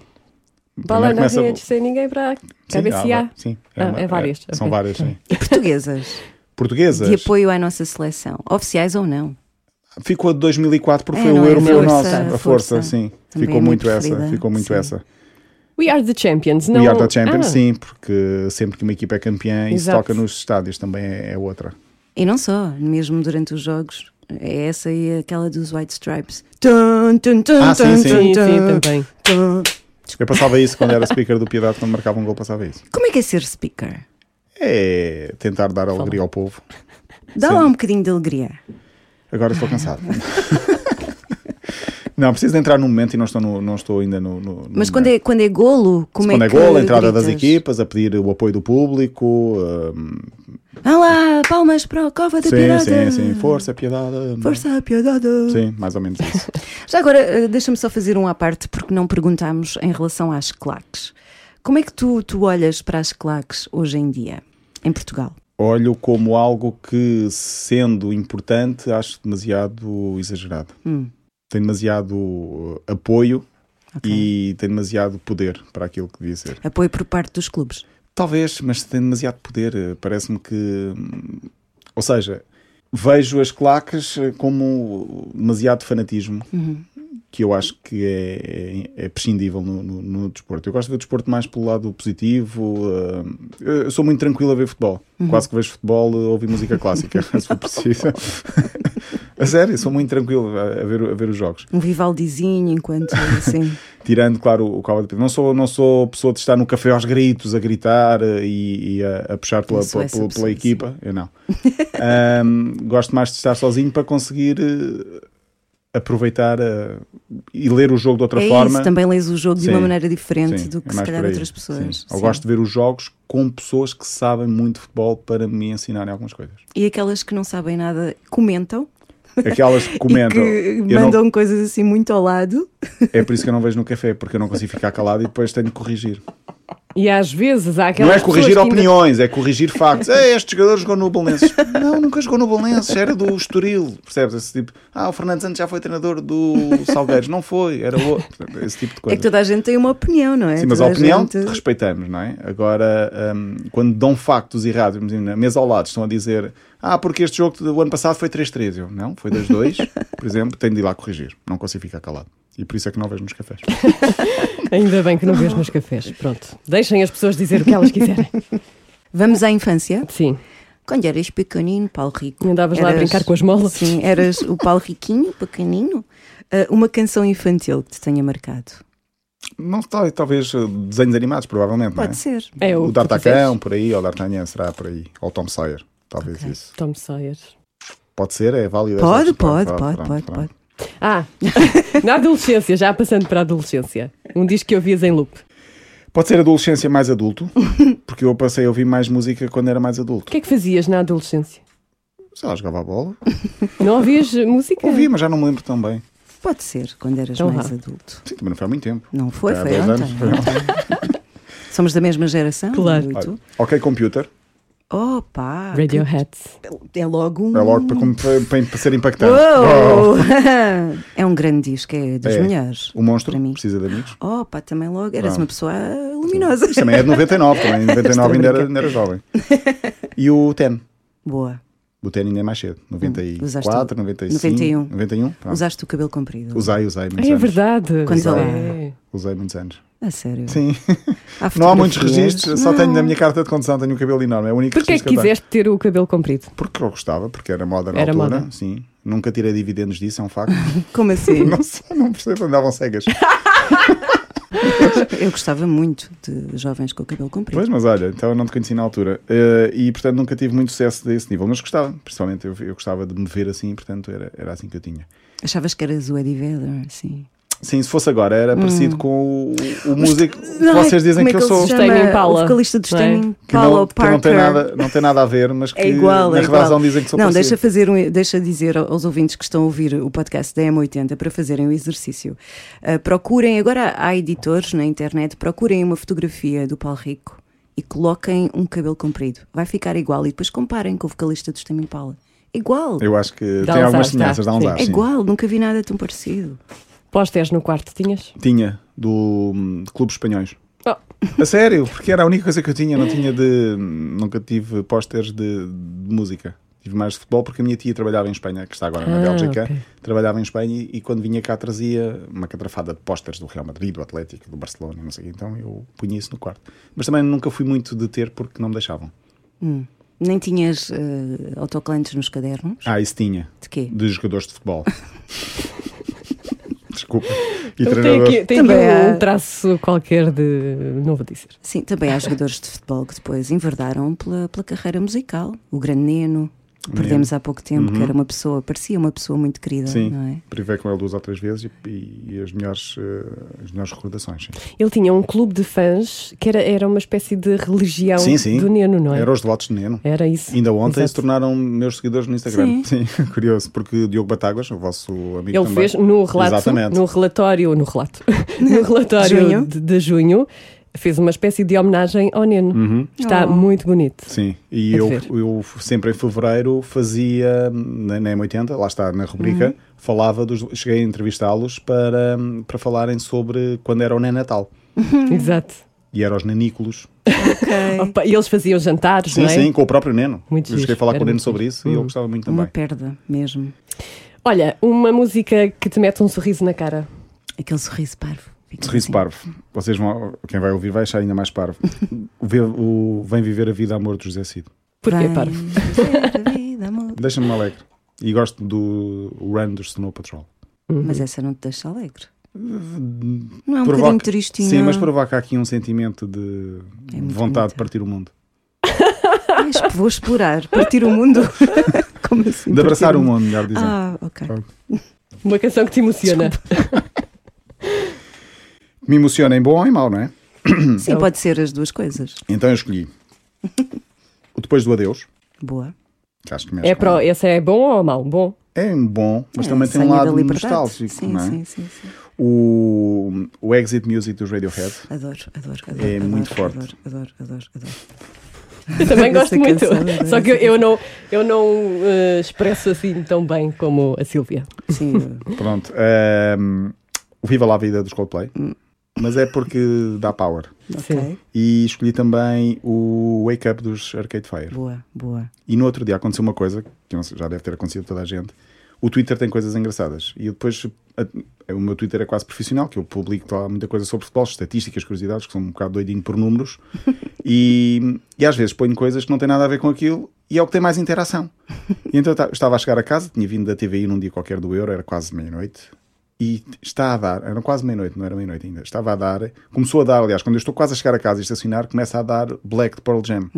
Bola Primeiro na Ah. começa- rede, sem ninguém para Sim, cabecear. há- sim, Ah, é várias, São ok. várias, sim. e portuguesas. Portuguesas? De apoio à nossa seleção. Oficiais ou não? Ficou a de 2004 porque É, foi não o é? euro meu Força, nosso. A força, força. sim. Também ficou é muito muito essa. preferida, Ficou muito sim. essa. We are the champions, não? We Are the Champions, Ah, sim, porque sempre que uma equipa é campeã, isso Exato. toca nos estádios, também é é outra. E não só, mesmo durante os jogos. É essa e aquela dos White Stripes. Tum, tum, tum, Ah, sim, tum, sim. tum, Sim, sim, tum, também. tum. Eu passava isso quando era speaker do Piedade, quando marcava um gol, passava isso. Como é que é ser speaker? É tentar dar alegria ao povo. Dá Sim. lá um bocadinho de alegria. Agora estou cansado. não, preciso de entrar num momento e não estou, no- não estou ainda no. no- no Mas quando momento. é, quando é golo, como Quando é é que gol, a entrada das gritas? equipas, a pedir o apoio do público. hum, Ah lá, palmas para a cova da sim, piedade. sim, sim. Força, piedade. hum. Força à piedade. Sim, mais ou menos isso. Já agora, eh, deixa-me só fazer um à parte, porque não perguntámos em relação às claques. Como é que tu, tu olhas para as claques hoje em dia, em Portugal? Olho como algo que, sendo importante, acho demasiado exagerado. Tem demasiado uh, apoio e tem demasiado poder para aquilo que devia ser. Apoio por parte dos clubes. Talvez, mas tem demasiado poder. eh, Parece-me que. hum, Ou seja, vejo as claques eh, como demasiado fanatismo, que eu acho que é, é, é prescindível no, no- no desporto. Eu gosto de ver o desporto mais pelo lado positivo. eh, eu eu sou muito tranquilo a ver futebol. Quase que vejo futebol, eh, ouvi música clássica, se for preciso. a sério, sou muito tranquilo a- a ver, a ver os jogos. Um Vivaldizinho, enquanto assim. Tirando, claro, o Cava de Pedro. Não sou, não sou pessoa de estar no café aos gritos, a gritar eh, e, e a, a puxar pela, Eu sou pela, essa pela- pessoa, pela equipa. Eu não. Ahm, gosto mais de estar sozinho para conseguir eh, aproveitar eh, e ler o jogo de outra é forma. isso, também lês o jogo de uma Sim, maneira diferente Sim, do que é se mais calhar por aí. outras pessoas. Sim. Eu Sim. gosto de ver os jogos com pessoas que sabem muito de futebol para me ensinarem algumas coisas. E aquelas que não sabem nada comentam. Aquelas que comentam. E eu que não- mandam coisas assim muito ao lado. é por isso que eu não vejo no café, porque eu não consigo ficar calado e depois tenho que corrigir. E às vezes há aquelas Não é corrigir pessoas que ainda- opiniões, é corrigir factos. Ei, este jogador jogou no Belenenses. Não, nunca jogou no Belenenses, era do Estoril. Percebes? Esse tipo. Ah, o Fernando Santos já foi treinador do Salgueiros. Não foi, era outro. Esse tipo de É coisa. que toda a gente tem uma opinião, não é? Sim, mas a Toda opinião gente- respeitamos, não é? Agora, hum, quando dão factos errados, por exemplo, na mesa ao lado estão a dizer ah, porque este jogo do ano passado foi 3-3. Eu, não, foi 2-2, por exemplo, tenho de ir lá corrigir. Não consigo ficar calado. E por isso é que não vejo nos cafés. Ainda bem que não vês nos cafés. Pronto. Deixem as pessoas dizer o que elas quiserem. Vamos à infância. Sim. Quando eras pequenino, Paulo Rico. E andavas lá a brincar com as molas? Sim, eras o Paulo Riquinho, pequenino. Ah, uma canção infantil que te tenha marcado. Não, tal- talvez eh, desenhos animados, provavelmente, não é? Pode ser. É o, o que D'Artacão, por aí, ou D'Artagnan, será por aí, ou Tom Sawyer, talvez isso. tu fizeste. Tom Sawyer. Pode ser, é válido. Pode, essa- pode, pode, pronto, pode, pronto. pode. Ah, na adolescência, já passando para a adolescência. Um disco que ouvias em loop. Pode ser adolescência mais adulto, porque eu passei a ouvir mais música quando era mais O adulto. que é que fazias na adolescência? Sei lá, jogava a bola. Não ouvias música? Ouvi, mas já não me lembro tão bem. Pode ser, quando eras Então mais vá. adulto. Sim, também não foi há muito tempo. Não foi? Há Foi dois ontem. anos, foi ontem. Somos da mesma geração? Claro. eu e tu? Ok, computer. Opa! Radiohead. que- É logo um. É logo para, com- para- para- para ser impactante. Uou! é um grande disco, é dos É. Um- melhores. O monstro Para mim. precisa de amigos. Opa, também logo. Eras Ah. uma pessoa luminosa. Isto também é de 99, também em 99 ainda era, ainda era jovem. E o Ten. Boa. O Ten ainda é mais cedo. 94, usaste Hum, o- 95. 91. 91 pronto. Usaste o cabelo comprido. Usei, usei muitos É anos. verdade. Quando Sim. ela- Usei muitos anos. A sério. Sim. Há Não há muitos fotografias? registros, só é Não. tenho na minha carta de condução, tenho um cabelo enorme. É o único Porquê é que registro eu tenho. quiseste ter o cabelo comprido? Porque eu gostava, porque era moda na Era altura, moda. sim. Nunca tirei dividendos disso, é um facto. Como assim? não sei, não percebo, andavam cegas. Eu gostava muito de jovens com o cabelo comprido. Pois, mas olha, então eu não te conheci na altura. Eh, e portanto nunca tive muito sucesso desse nível, mas gostava, principalmente eu, eu gostava de me ver assim, portanto era, era assim que eu tinha. Achavas que eras o Eddie Vedder, assim. Sim, se fosse agora, era parecido com o, o músico que Hum. Não, vocês dizem como é que eu ele se sou. chama? Tame Impala, O vocalista do não é? Stain Que não, Paulo que não, tem Parker. nada, não tem nada a ver, mas que É igual, na é relação igual. dizem que sou Não, deixa, parecido. fazer um, deixa dizer aos ouvintes que estão a ouvir o podcast da M80 para fazerem o exercício. Ah, procurem, agora há editores na internet, procurem uma fotografia do Paulo Rico e coloquem um cabelo comprido. Vai ficar igual e depois comparem com o vocalista do Stain Impala. Igual. Eu acho que Dá tem um uns algumas ares, semelhanças, tá? dá uns Sim. ares. É sim. igual, nunca vi nada tão parecido. Pós-10 no quarto tinhas? Tinha, do hum, de clubes espanhóis. Oh, A sério, porque era a única coisa que eu tinha, não tinha de. Nunca tive pósteres de, de música. Tive mais de futebol porque a minha tia trabalhava em Espanha, que está agora na Ah, Bélgica, ok. trabalhava em Espanha e, e quando vinha cá trazia uma catrafada de pósteres do Real Madrid, do Atlético, do Barcelona, não sei o quê. Então eu punha isso no quarto. Mas também nunca fui muito de ter porque não me deixavam. Nem tinhas eh, autocolantes nos cadernos? Ah, isso tinha. De quê? De jogadores de futebol. Desculpa. E então tem treinadores. aqui, tem Também é. aqui um há- traço qualquer de. Não vou dizer. Sim, também há jogadores de futebol que depois enverdaram pela, pela carreira musical. O grande Neno, que perdemos há pouco tempo, que era uma pessoa, parecia uma pessoa muito querida, Uhum. Sim, não é? privei com ele duas ou três vezes e, e- e as, melhores, eh, as melhores recordações. sim. Ele tinha um clube de fãs que era, era uma espécie de religião Sim, sim. do Neno, não é? Era os devotos de Neno. Era isso. Ainda ontem se Exato. tornaram meus seguidores no Instagram. Sim. curioso, porque Diogo Batáguas, o vosso amigo Ele também. fez um no relato, Exatamente. no relatório, no relato, no relatório Junho. De, de junho, fez uma espécie de homenagem ao Neno. Uhum. Está Oh. muito bonito. Sim, e É de eu, ver. eu sempre em fevereiro fazia, na, na M80, lá está na rubrica, Uhum. falava dos. Cheguei a entrevistá-los para, para falarem sobre quando era o Nenatal. Exato. E eram os nanícolos. Opa, e eles faziam jantares, Sim, não é? sim, com o próprio Neno. Muito eu cheguei giro, a falar com era o Neno muito Uhum. sobre giro. isso e eu gostava muito Uma também. perda mesmo. Olha, uma música que te mete um sorriso na cara. Aquele sorriso parvo. Fica Sorriso assim. parvo. Vocês vão, quem vai ouvir vai achar ainda mais parvo. O Vê- o Vem viver a vida amor de José Cid. Porquê, Vai Parvo? viver a vida, amor. Deixa-me alegre. E gosto do Run dos Snow Patrol. Mas essa não te deixa alegre. Não é um Provoca- bocadinho tristinho. Sim, mas provoca aqui um sentimento de É muito vontade bonita. de partir o mundo. Mas vou explorar, partir o mundo. Como assim? De abraçar partir o mundo, melhor dizendo. Ah, ok. Uma canção que te emociona. Me emociona em bom ou em mau, não é? Sim, pode ser as duas coisas. Então eu escolhi o Depois do Adeus. Boa. que acho que mexe É com- pro, essa é bom ou mau? Bom. é bom, mas É, também tem um Senha da lado Liberdade. nostálgico, Sim, não é? sim, sim, sim. O, o Exit Music dos Radiohead. Adoro, adoro, adoro. É adoro, muito forte. Adoro, adoro, adoro, adoro. Eu também Essa gosto muito. canção, né? adoro Só que eu, essa eu não, eu não eh, expresso assim tão bem como a Silvia. Sim, Pronto. ehm, o Viva lá a Vida dos Coldplay. Mas é porque dá power. ok. E escolhi também o Wake Up dos Arcade Fire. Boa, boa. E no outro dia aconteceu uma coisa, que não sei, já deve ter acontecido a toda a gente. O Twitter tem coisas engraçadas. E eu depois, a- o meu Twitter é quase profissional, que eu publico lá muita coisa sobre futebol, estatísticas, curiosidades, que são um bocado doidinho por números. e, e às vezes ponho coisas que não têm nada a ver com aquilo e é o que tem mais interação. E então eu ta- eu estava a chegar a casa, tinha vindo da TVI num dia qualquer do Euro, era quase meia-noite. E está a dar, era quase meia-noite, não era meia-noite ainda, estava a dar, começou a dar, aliás, quando eu estou quase a chegar a casa e estacionar, começa a dar Black de Pearl Jam.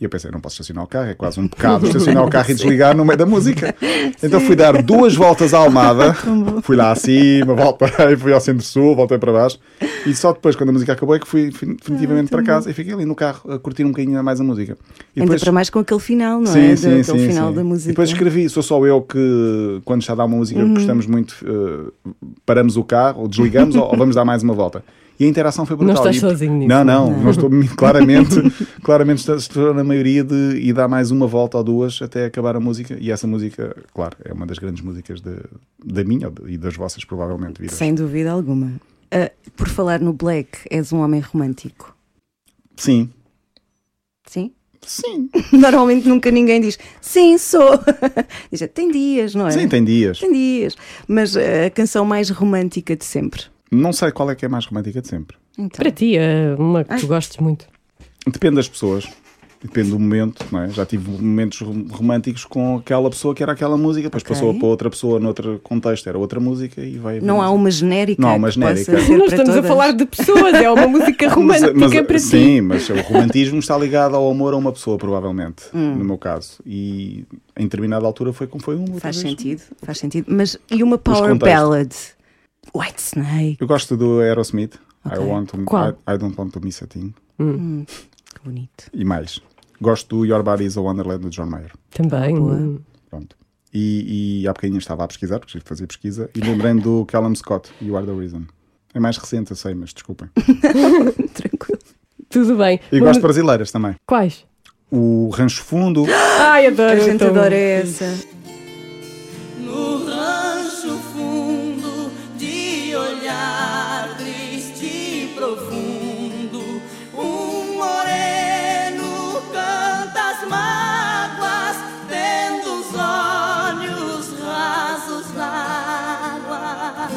E eu pensei, não posso estacionar o carro, é quase um pecado estacionar o carro e desligar no meio da música. Então fui dar duas voltas à Almada, fui lá acima, voltei, fui ao centro-sul, voltei para baixo. E só depois, quando a música acabou, é que fui fin- definitivamente para casa e fiquei ali no carro a curtir um bocadinho mais a música. E Ainda para mais com aquele final, não é? Da- aquele final da música. Uhum. E depois escrevi, sou só eu que, quando já dá uma música que gostamos muito, eh, paramos o carro, ou desligamos, ou, ou vamos dar mais uma volta. E a interação foi brutal. estás E- sozinho nisso. é? Não, não, não, estou claramente, claramente estou- estou na maioria de e dá mais uma volta ou duas até acabar a música. E essa música, claro, é uma das grandes músicas de- da minha e das vossas, provavelmente, vidas. Sem dúvida alguma. Ah, por falar no Black, és um homem romântico. Sim. Sim? Sim. Normalmente nunca ninguém diz sim, sou. diz, tem dias, não é? Sim, tem dias. Tem dias. Mas ah, a canção mais romântica de sempre. Não sei qual é que é a mais romântica de sempre. Então, Para ti, é uma que tu gostes muito. Depende das pessoas, depende do momento, não é? Já tive momentos rom- românticos com aquela pessoa que era aquela música, depois Ok. passou para outra pessoa, noutro contexto, era outra música e vai. não há um uma genérica. Não há uma que possa genérica. ser Nós para estamos a todas. falar de pessoas, é uma música Mas- romântica é mas- é, para ti. Sim, mas o romantismo está ligado ao amor a uma pessoa, provavelmente, no meu caso. E em determinada altura foi como foi um. outra Hum. Faz vez. sentido, faz sentido. Mas e uma power contextos. ballad? White Snake. Eu gosto do Aerosmith. I, want to, Qual? I, I don't want to miss a thing. Que bonito. E mais. Gosto do Your Body is a Wonderland do John Mayer. Também. Pronto. E, e há bocadinho estava a pesquisar, porque tive de fazer pesquisa, e lembrei do Callum Scott, You Are the Reason. É mais recente, eu sei, mas desculpem. Tranquilo. Tudo bem. E Mas- gosto de brasileiras também. Quais? O Rancho Fundo, Ai, adoro. A gente então. adora essa. No rancho fundo de olhar triste e profundo, um moreno canta as mágoas, tendo os olhos rasos d'água.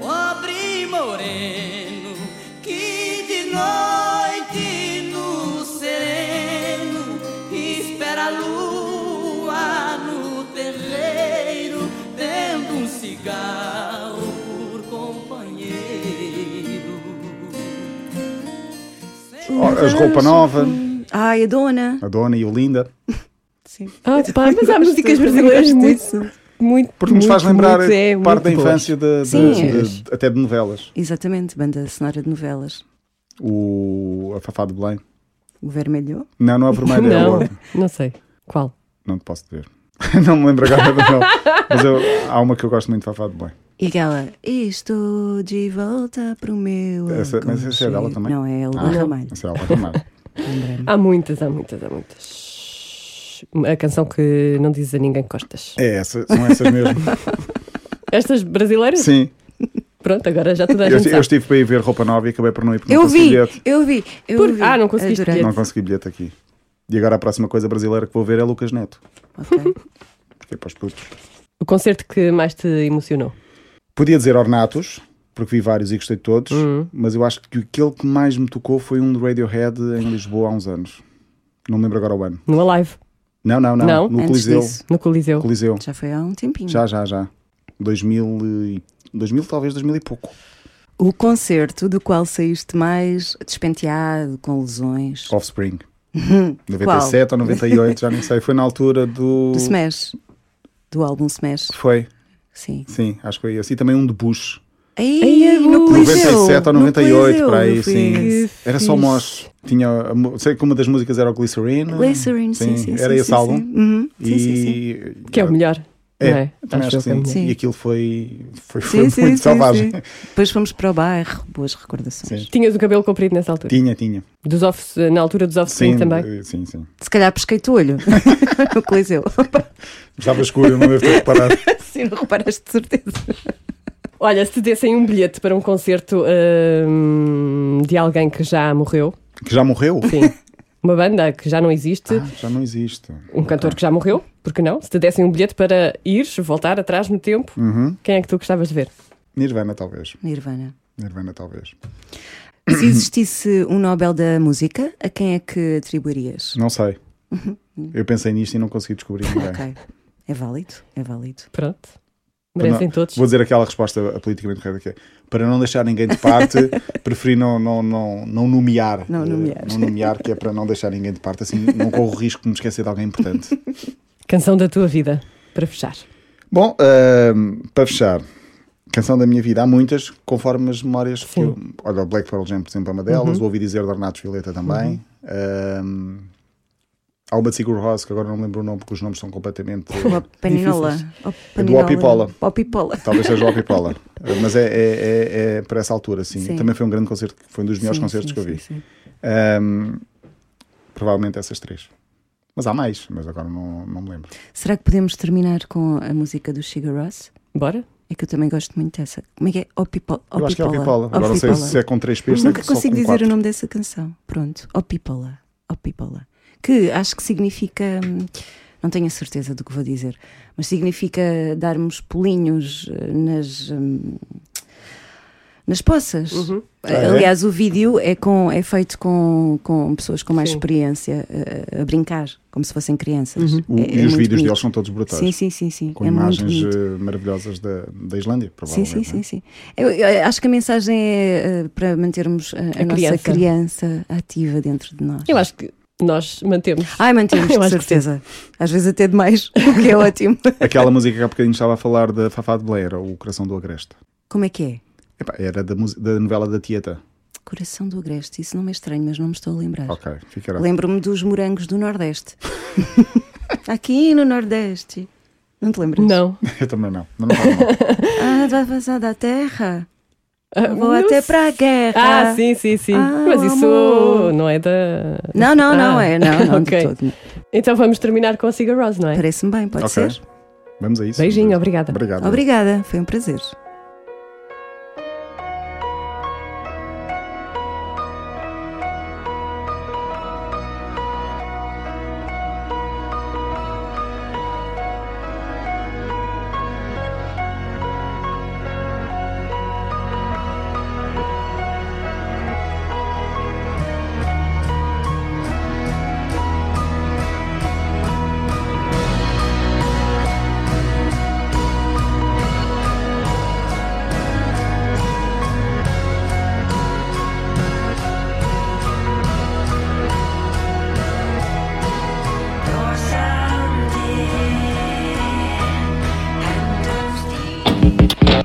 Pobre moreno, que de noite no sereno espera a lua no terreiro, tendo um cigarro por companheiro. As Roupa Nova, Ai, a dona. A Dona e o Linda, Sim. Ah, pá, mas há músicas Também brasileiras gosto muito, disso. muito. porque nos muito, faz lembrar muito, é, parte da muito é. boas. infância, de, de- Sim. de- de- até de novelas. Exatamente, banda sonora de novelas. O A Fafá de Belém. O vermelho. Não, não é vermelho, é Não, o outro. não sei. Qual? Não te posso dizer. não me lembro agora do nome. Mas eu- há uma que eu gosto muito de Fafá de Belém. E aquela, estou de volta pro meu. Essa- mas essa é dela aconchego." também? Não, é ela Ah. do Ramalho. Essa é a Alba Ramalho. Há muitas, há muitas, há muitas. A canção que não diz a ninguém que gostas. É essa, são essas mesmo. Estas brasileiras? Sim. Pronto, agora já toda a Eu, gente eu sabe. estive para ir ver roupa nova e acabei por não ir porque Então, Eu não consegui vi, bilhete. eu vi, eu Por- vi. Ah, não conseguiste Adorei. Não consegui bilhete aqui. E agora a próxima coisa brasileira que vou ver é Lucas Neto. Ok. Porque é para os putos. O concerto que mais te emocionou? Podia dizer Ornatos, porque vi vários e gostei de todos, Uhum. mas eu acho que aquele que mais me tocou foi um do Radiohead em Lisboa há uns anos. Não me lembro agora o ano. No Alive, Não, não, não. Não? No Antes Coliseu. disso. no Coliseu. Coliseu. Já foi há um tempinho. Já, já, já. 2000, e- 2000 talvez 2000 e pouco. O concerto do qual saíste mais despenteado, com lesões. Offspring. 97 ou 98, já nem sei. Foi na altura do. Do Smash. Do álbum Smash. Foi, Sim. sim, acho que foi assim. Também um de Bush. Aí, é no no Coliseu. 97 ou no 98, Coliseu, para aí, eu fui sim. a esse. Era só Mosh. Tinha, a mu- sei que uma das músicas era o Glycerine. Glycerin, sim, sim. Era sim, esse sim, álbum. Sim. Uhum, sim, e... sim, sim. Que é o melhor. É, não é? também acho que eu é o sim. melhor. sim. E aquilo foi, foi, Sim, foi sim, muito sim, selvagem. sim. Depois fomos para o bairro, boas recordações. Sim. Tinhas o cabelo comprido nessa altura. Tinha, tinha. Dos off, na altura dos Offspring Sim, também. eh, sim, sim. Se calhar pesquei-te o olho no Coliseu. Estava escuro, não devo ter reparado. Sim, não reparaste de certeza. Olha, se te dessem um bilhete para um concerto hum, de alguém que já morreu, Que já morreu? sim, uma banda que já não existe, Ah, já não existe. um cantor que já morreu, porque não? Se te dessem um bilhete para ires, voltar atrás no tempo, Uhum. quem é que tu gostavas de ver? Nirvana, talvez. Nirvana. Nirvana, talvez. Se existisse um Nobel da Música, a quem é que atribuirias? Não sei. Eu pensei nisto e não consegui descobrir ninguém. Uhum. Ok. É válido? É válido. Pronto. Para Merecem não- todos. Vou dizer aquela resposta a- politicamente correta que é para não deixar ninguém de parte, preferi não, não, não, não nomear. Não eh, nomear. Não nomear, que é para não deixar ninguém de parte, assim não corro o risco de me esquecer de alguém importante. Canção da tua vida, para fechar. Bom, ahm, para fechar, canção da minha vida, há muitas, conforme as memórias que eu. Olha, o Black Pearl Jam, por exemplo, é uma delas, Uhum. ouvi dizer de Ornatos Violeta também. Ahm, há uma de Sigur Rós, que agora não me lembro o nome, porque os nomes são completamente. O Paninola. O É Do Opipola. O Opipola. Talvez seja o Apipola, mas é, é, é- é para essa altura, sim. Sim. Também foi um grande concerto, foi um dos melhores Sim, concertos sim, que eu vi. sim, sim. Ahm, provavelmente essas três. Mas há mais, mas agora não, não me lembro. Será que podemos terminar com a música do Sugar Ross? Bora? É que eu também gosto muito dessa. Como é que é? Opipola. Eu acho que é Opipola. Agora não sei Opipola. se é com três P's. Nunca se é só consigo com dizer quatro. o nome dessa canção. Pronto. Opipola. Opipola. Que acho que significa. hum, Não tenho a certeza do que vou dizer, mas significa darmos pulinhos eh, nas. hum, nas poças. Eh, Ah, é? Aliás, o vídeo é, com, é feito com, com pessoas com mais experiência eh, a brincar, como se fossem crianças. O- É- é e os muito vídeos bonito. deles são todos brutais. Sim, sim, sim, sim. Com é muito imagens bonito. eh, maravilhosas da, da Islândia, Sim, provavelmente. sim, sim, né? sim. Eu, eu acho que a mensagem é eh, para mantermos a, a nossa criança. criança. ativa dentro de nós. Eu acho que nós mantemos. Ai, mantemos, Eu de acho que certeza. Às vezes até demais, o que é ótimo. Aquela música que há bocadinho estava a falar da Fafá de Blair, ou O Coração do Agreste. Como é que é? Epá, era da, mus- da novela da Tieta. Coração do Agreste, isso não me é estranho, mas não me estou a lembrar. Ok, ficará. Lembro-me dos morangos do Nordeste. Aqui no Nordeste. Não te lembras? Não. Eu também não. Mas não faz mal. Ah, vai passar da terra. Ah, Vou não até sei. para a guerra. Ah, sim, sim, sim. Ah, Mas isso amor. não é da. Não, não, não Ah, é, não, não ok. de todo. Então vamos terminar com a Sigur Rose, não é? Parece-me bem, pode Ok. ser? Vamos a isso. Beijinho, obrigada. Obrigado. Obrigada, foi um prazer.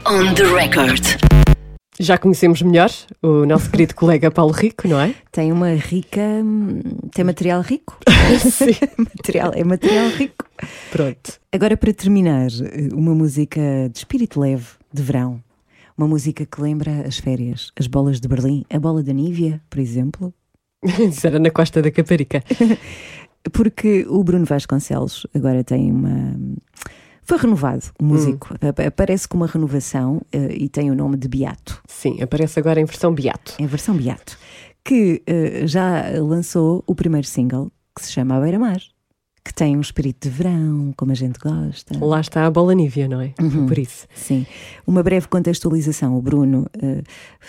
On the record. Já conhecemos melhor o nosso querido colega Paulo Rico, não é? Tem uma rica. hum, Tem material rico. Sim. material, é material rico. Pronto. Agora, para terminar, eh, uma música de espírito leve, de verão. Uma música que lembra as férias, as bolas de Berlim, a bola da Nívia, por exemplo. Isso era na Costa da Caparica. Porque o Bruno Vasconcelos agora tem uma. hum, Foi renovado, o músico. Ap- Aparece com uma renovação eh, e tem o nome de Beato. Sim, aparece agora em versão Beato. É a versão Beato. Que eh, já lançou o primeiro single, que se chama A Beira Mar. Que tem um espírito de verão, como a gente gosta. Lá está a bola nívea, não é? Foi Por isso. Sim. Uma breve contextualização. O Bruno eh,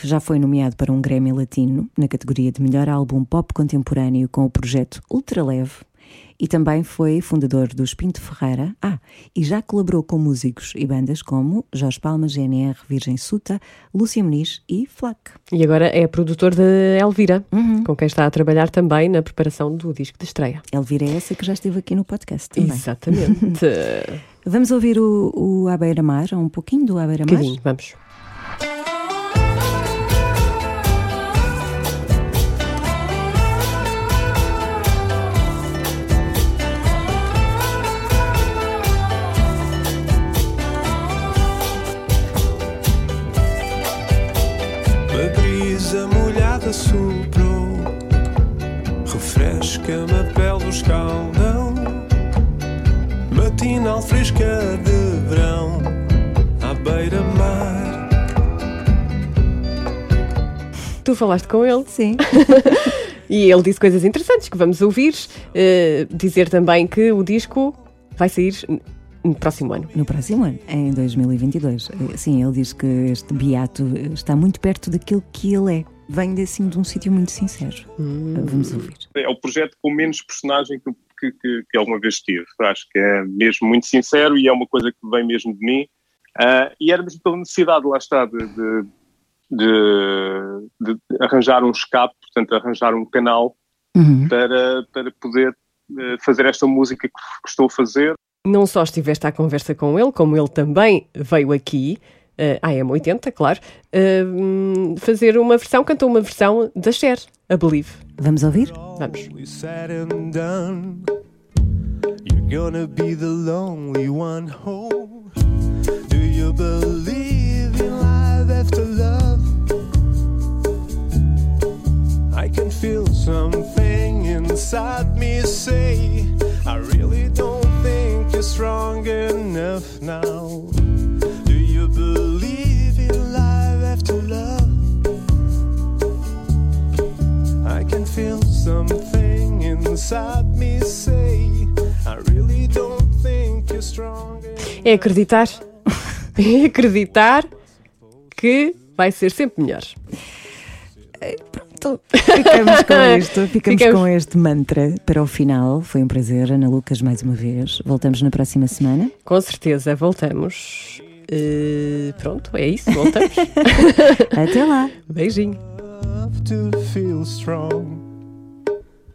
já foi nomeado para um Grammy Latino na categoria de melhor álbum pop contemporâneo com o projeto Ultraleve e também foi fundador dos Pinto Ferreira. Ah, e já colaborou com músicos e bandas como Jorge Palma, GNR, Virgem Suta, Lúcia Muniz e Flac. E agora é produtor da Elvira, com quem está a trabalhar também na preparação do disco de estreia. Elvira é essa que já esteve aqui no podcast também. Exatamente. Um Vamos ouvir o, o À Beira Mar, um pouquinho do À Beira Mar. Cadinho, vamos. Uma brisa molhada soprou Refresca-me a pele do escaldão Matinal fresca de verão À beira-mar Tu falaste com ele Sim. e ele disse coisas interessantes que vamos ouvir. Eh, dizer também que o disco vai sair n- no próximo ano. No próximo ano, em 2022. Eh, Sim, ele diz que este beato eh, está muito perto daquilo que ele é. Vem de, assim, de um sítio muito sincero. Eh, Vamos ouvir. é o projeto com menos personagem que, que, que- que alguma vez tive. Acho que é mesmo muito sincero e é uma coisa que vem mesmo de mim. Ah, e era mesmo pela necessidade, lá está, de, de- de- de arranjar um escape, portanto, arranjar um canal para, para poder eh, fazer esta música que, que estou a fazer. Não só estiveste à conversa com ele, como ele também veio aqui, eh, à M80, claro, eh, hum, fazer uma versão, cantou uma versão da Cher, a Believe. Vamos ouvir? Vamos. All is said and done. You're gonna be the lonely one. Oh, do you believe in life after love? I can feel something inside me say, I really don't think you're strong enough now. Do you believe in life after love. I can feel something inside me say, I really don't think you're strong. enough." É acreditar. É acreditar que vai ser sempre melhor. Pronto, ficamos com isto, ficamos, Ficamos. com este mantra para o final. Foi um prazer, Ana Lucas, mais uma vez. Voltamos na próxima semana. Com certeza, voltamos. Eh, pronto, é isso, voltamos. Até lá! Beijinho. Enough to feel strong.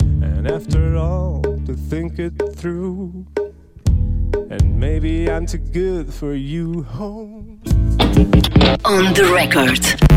And after all, to think it through. And maybe I'm too good for you home. On the record.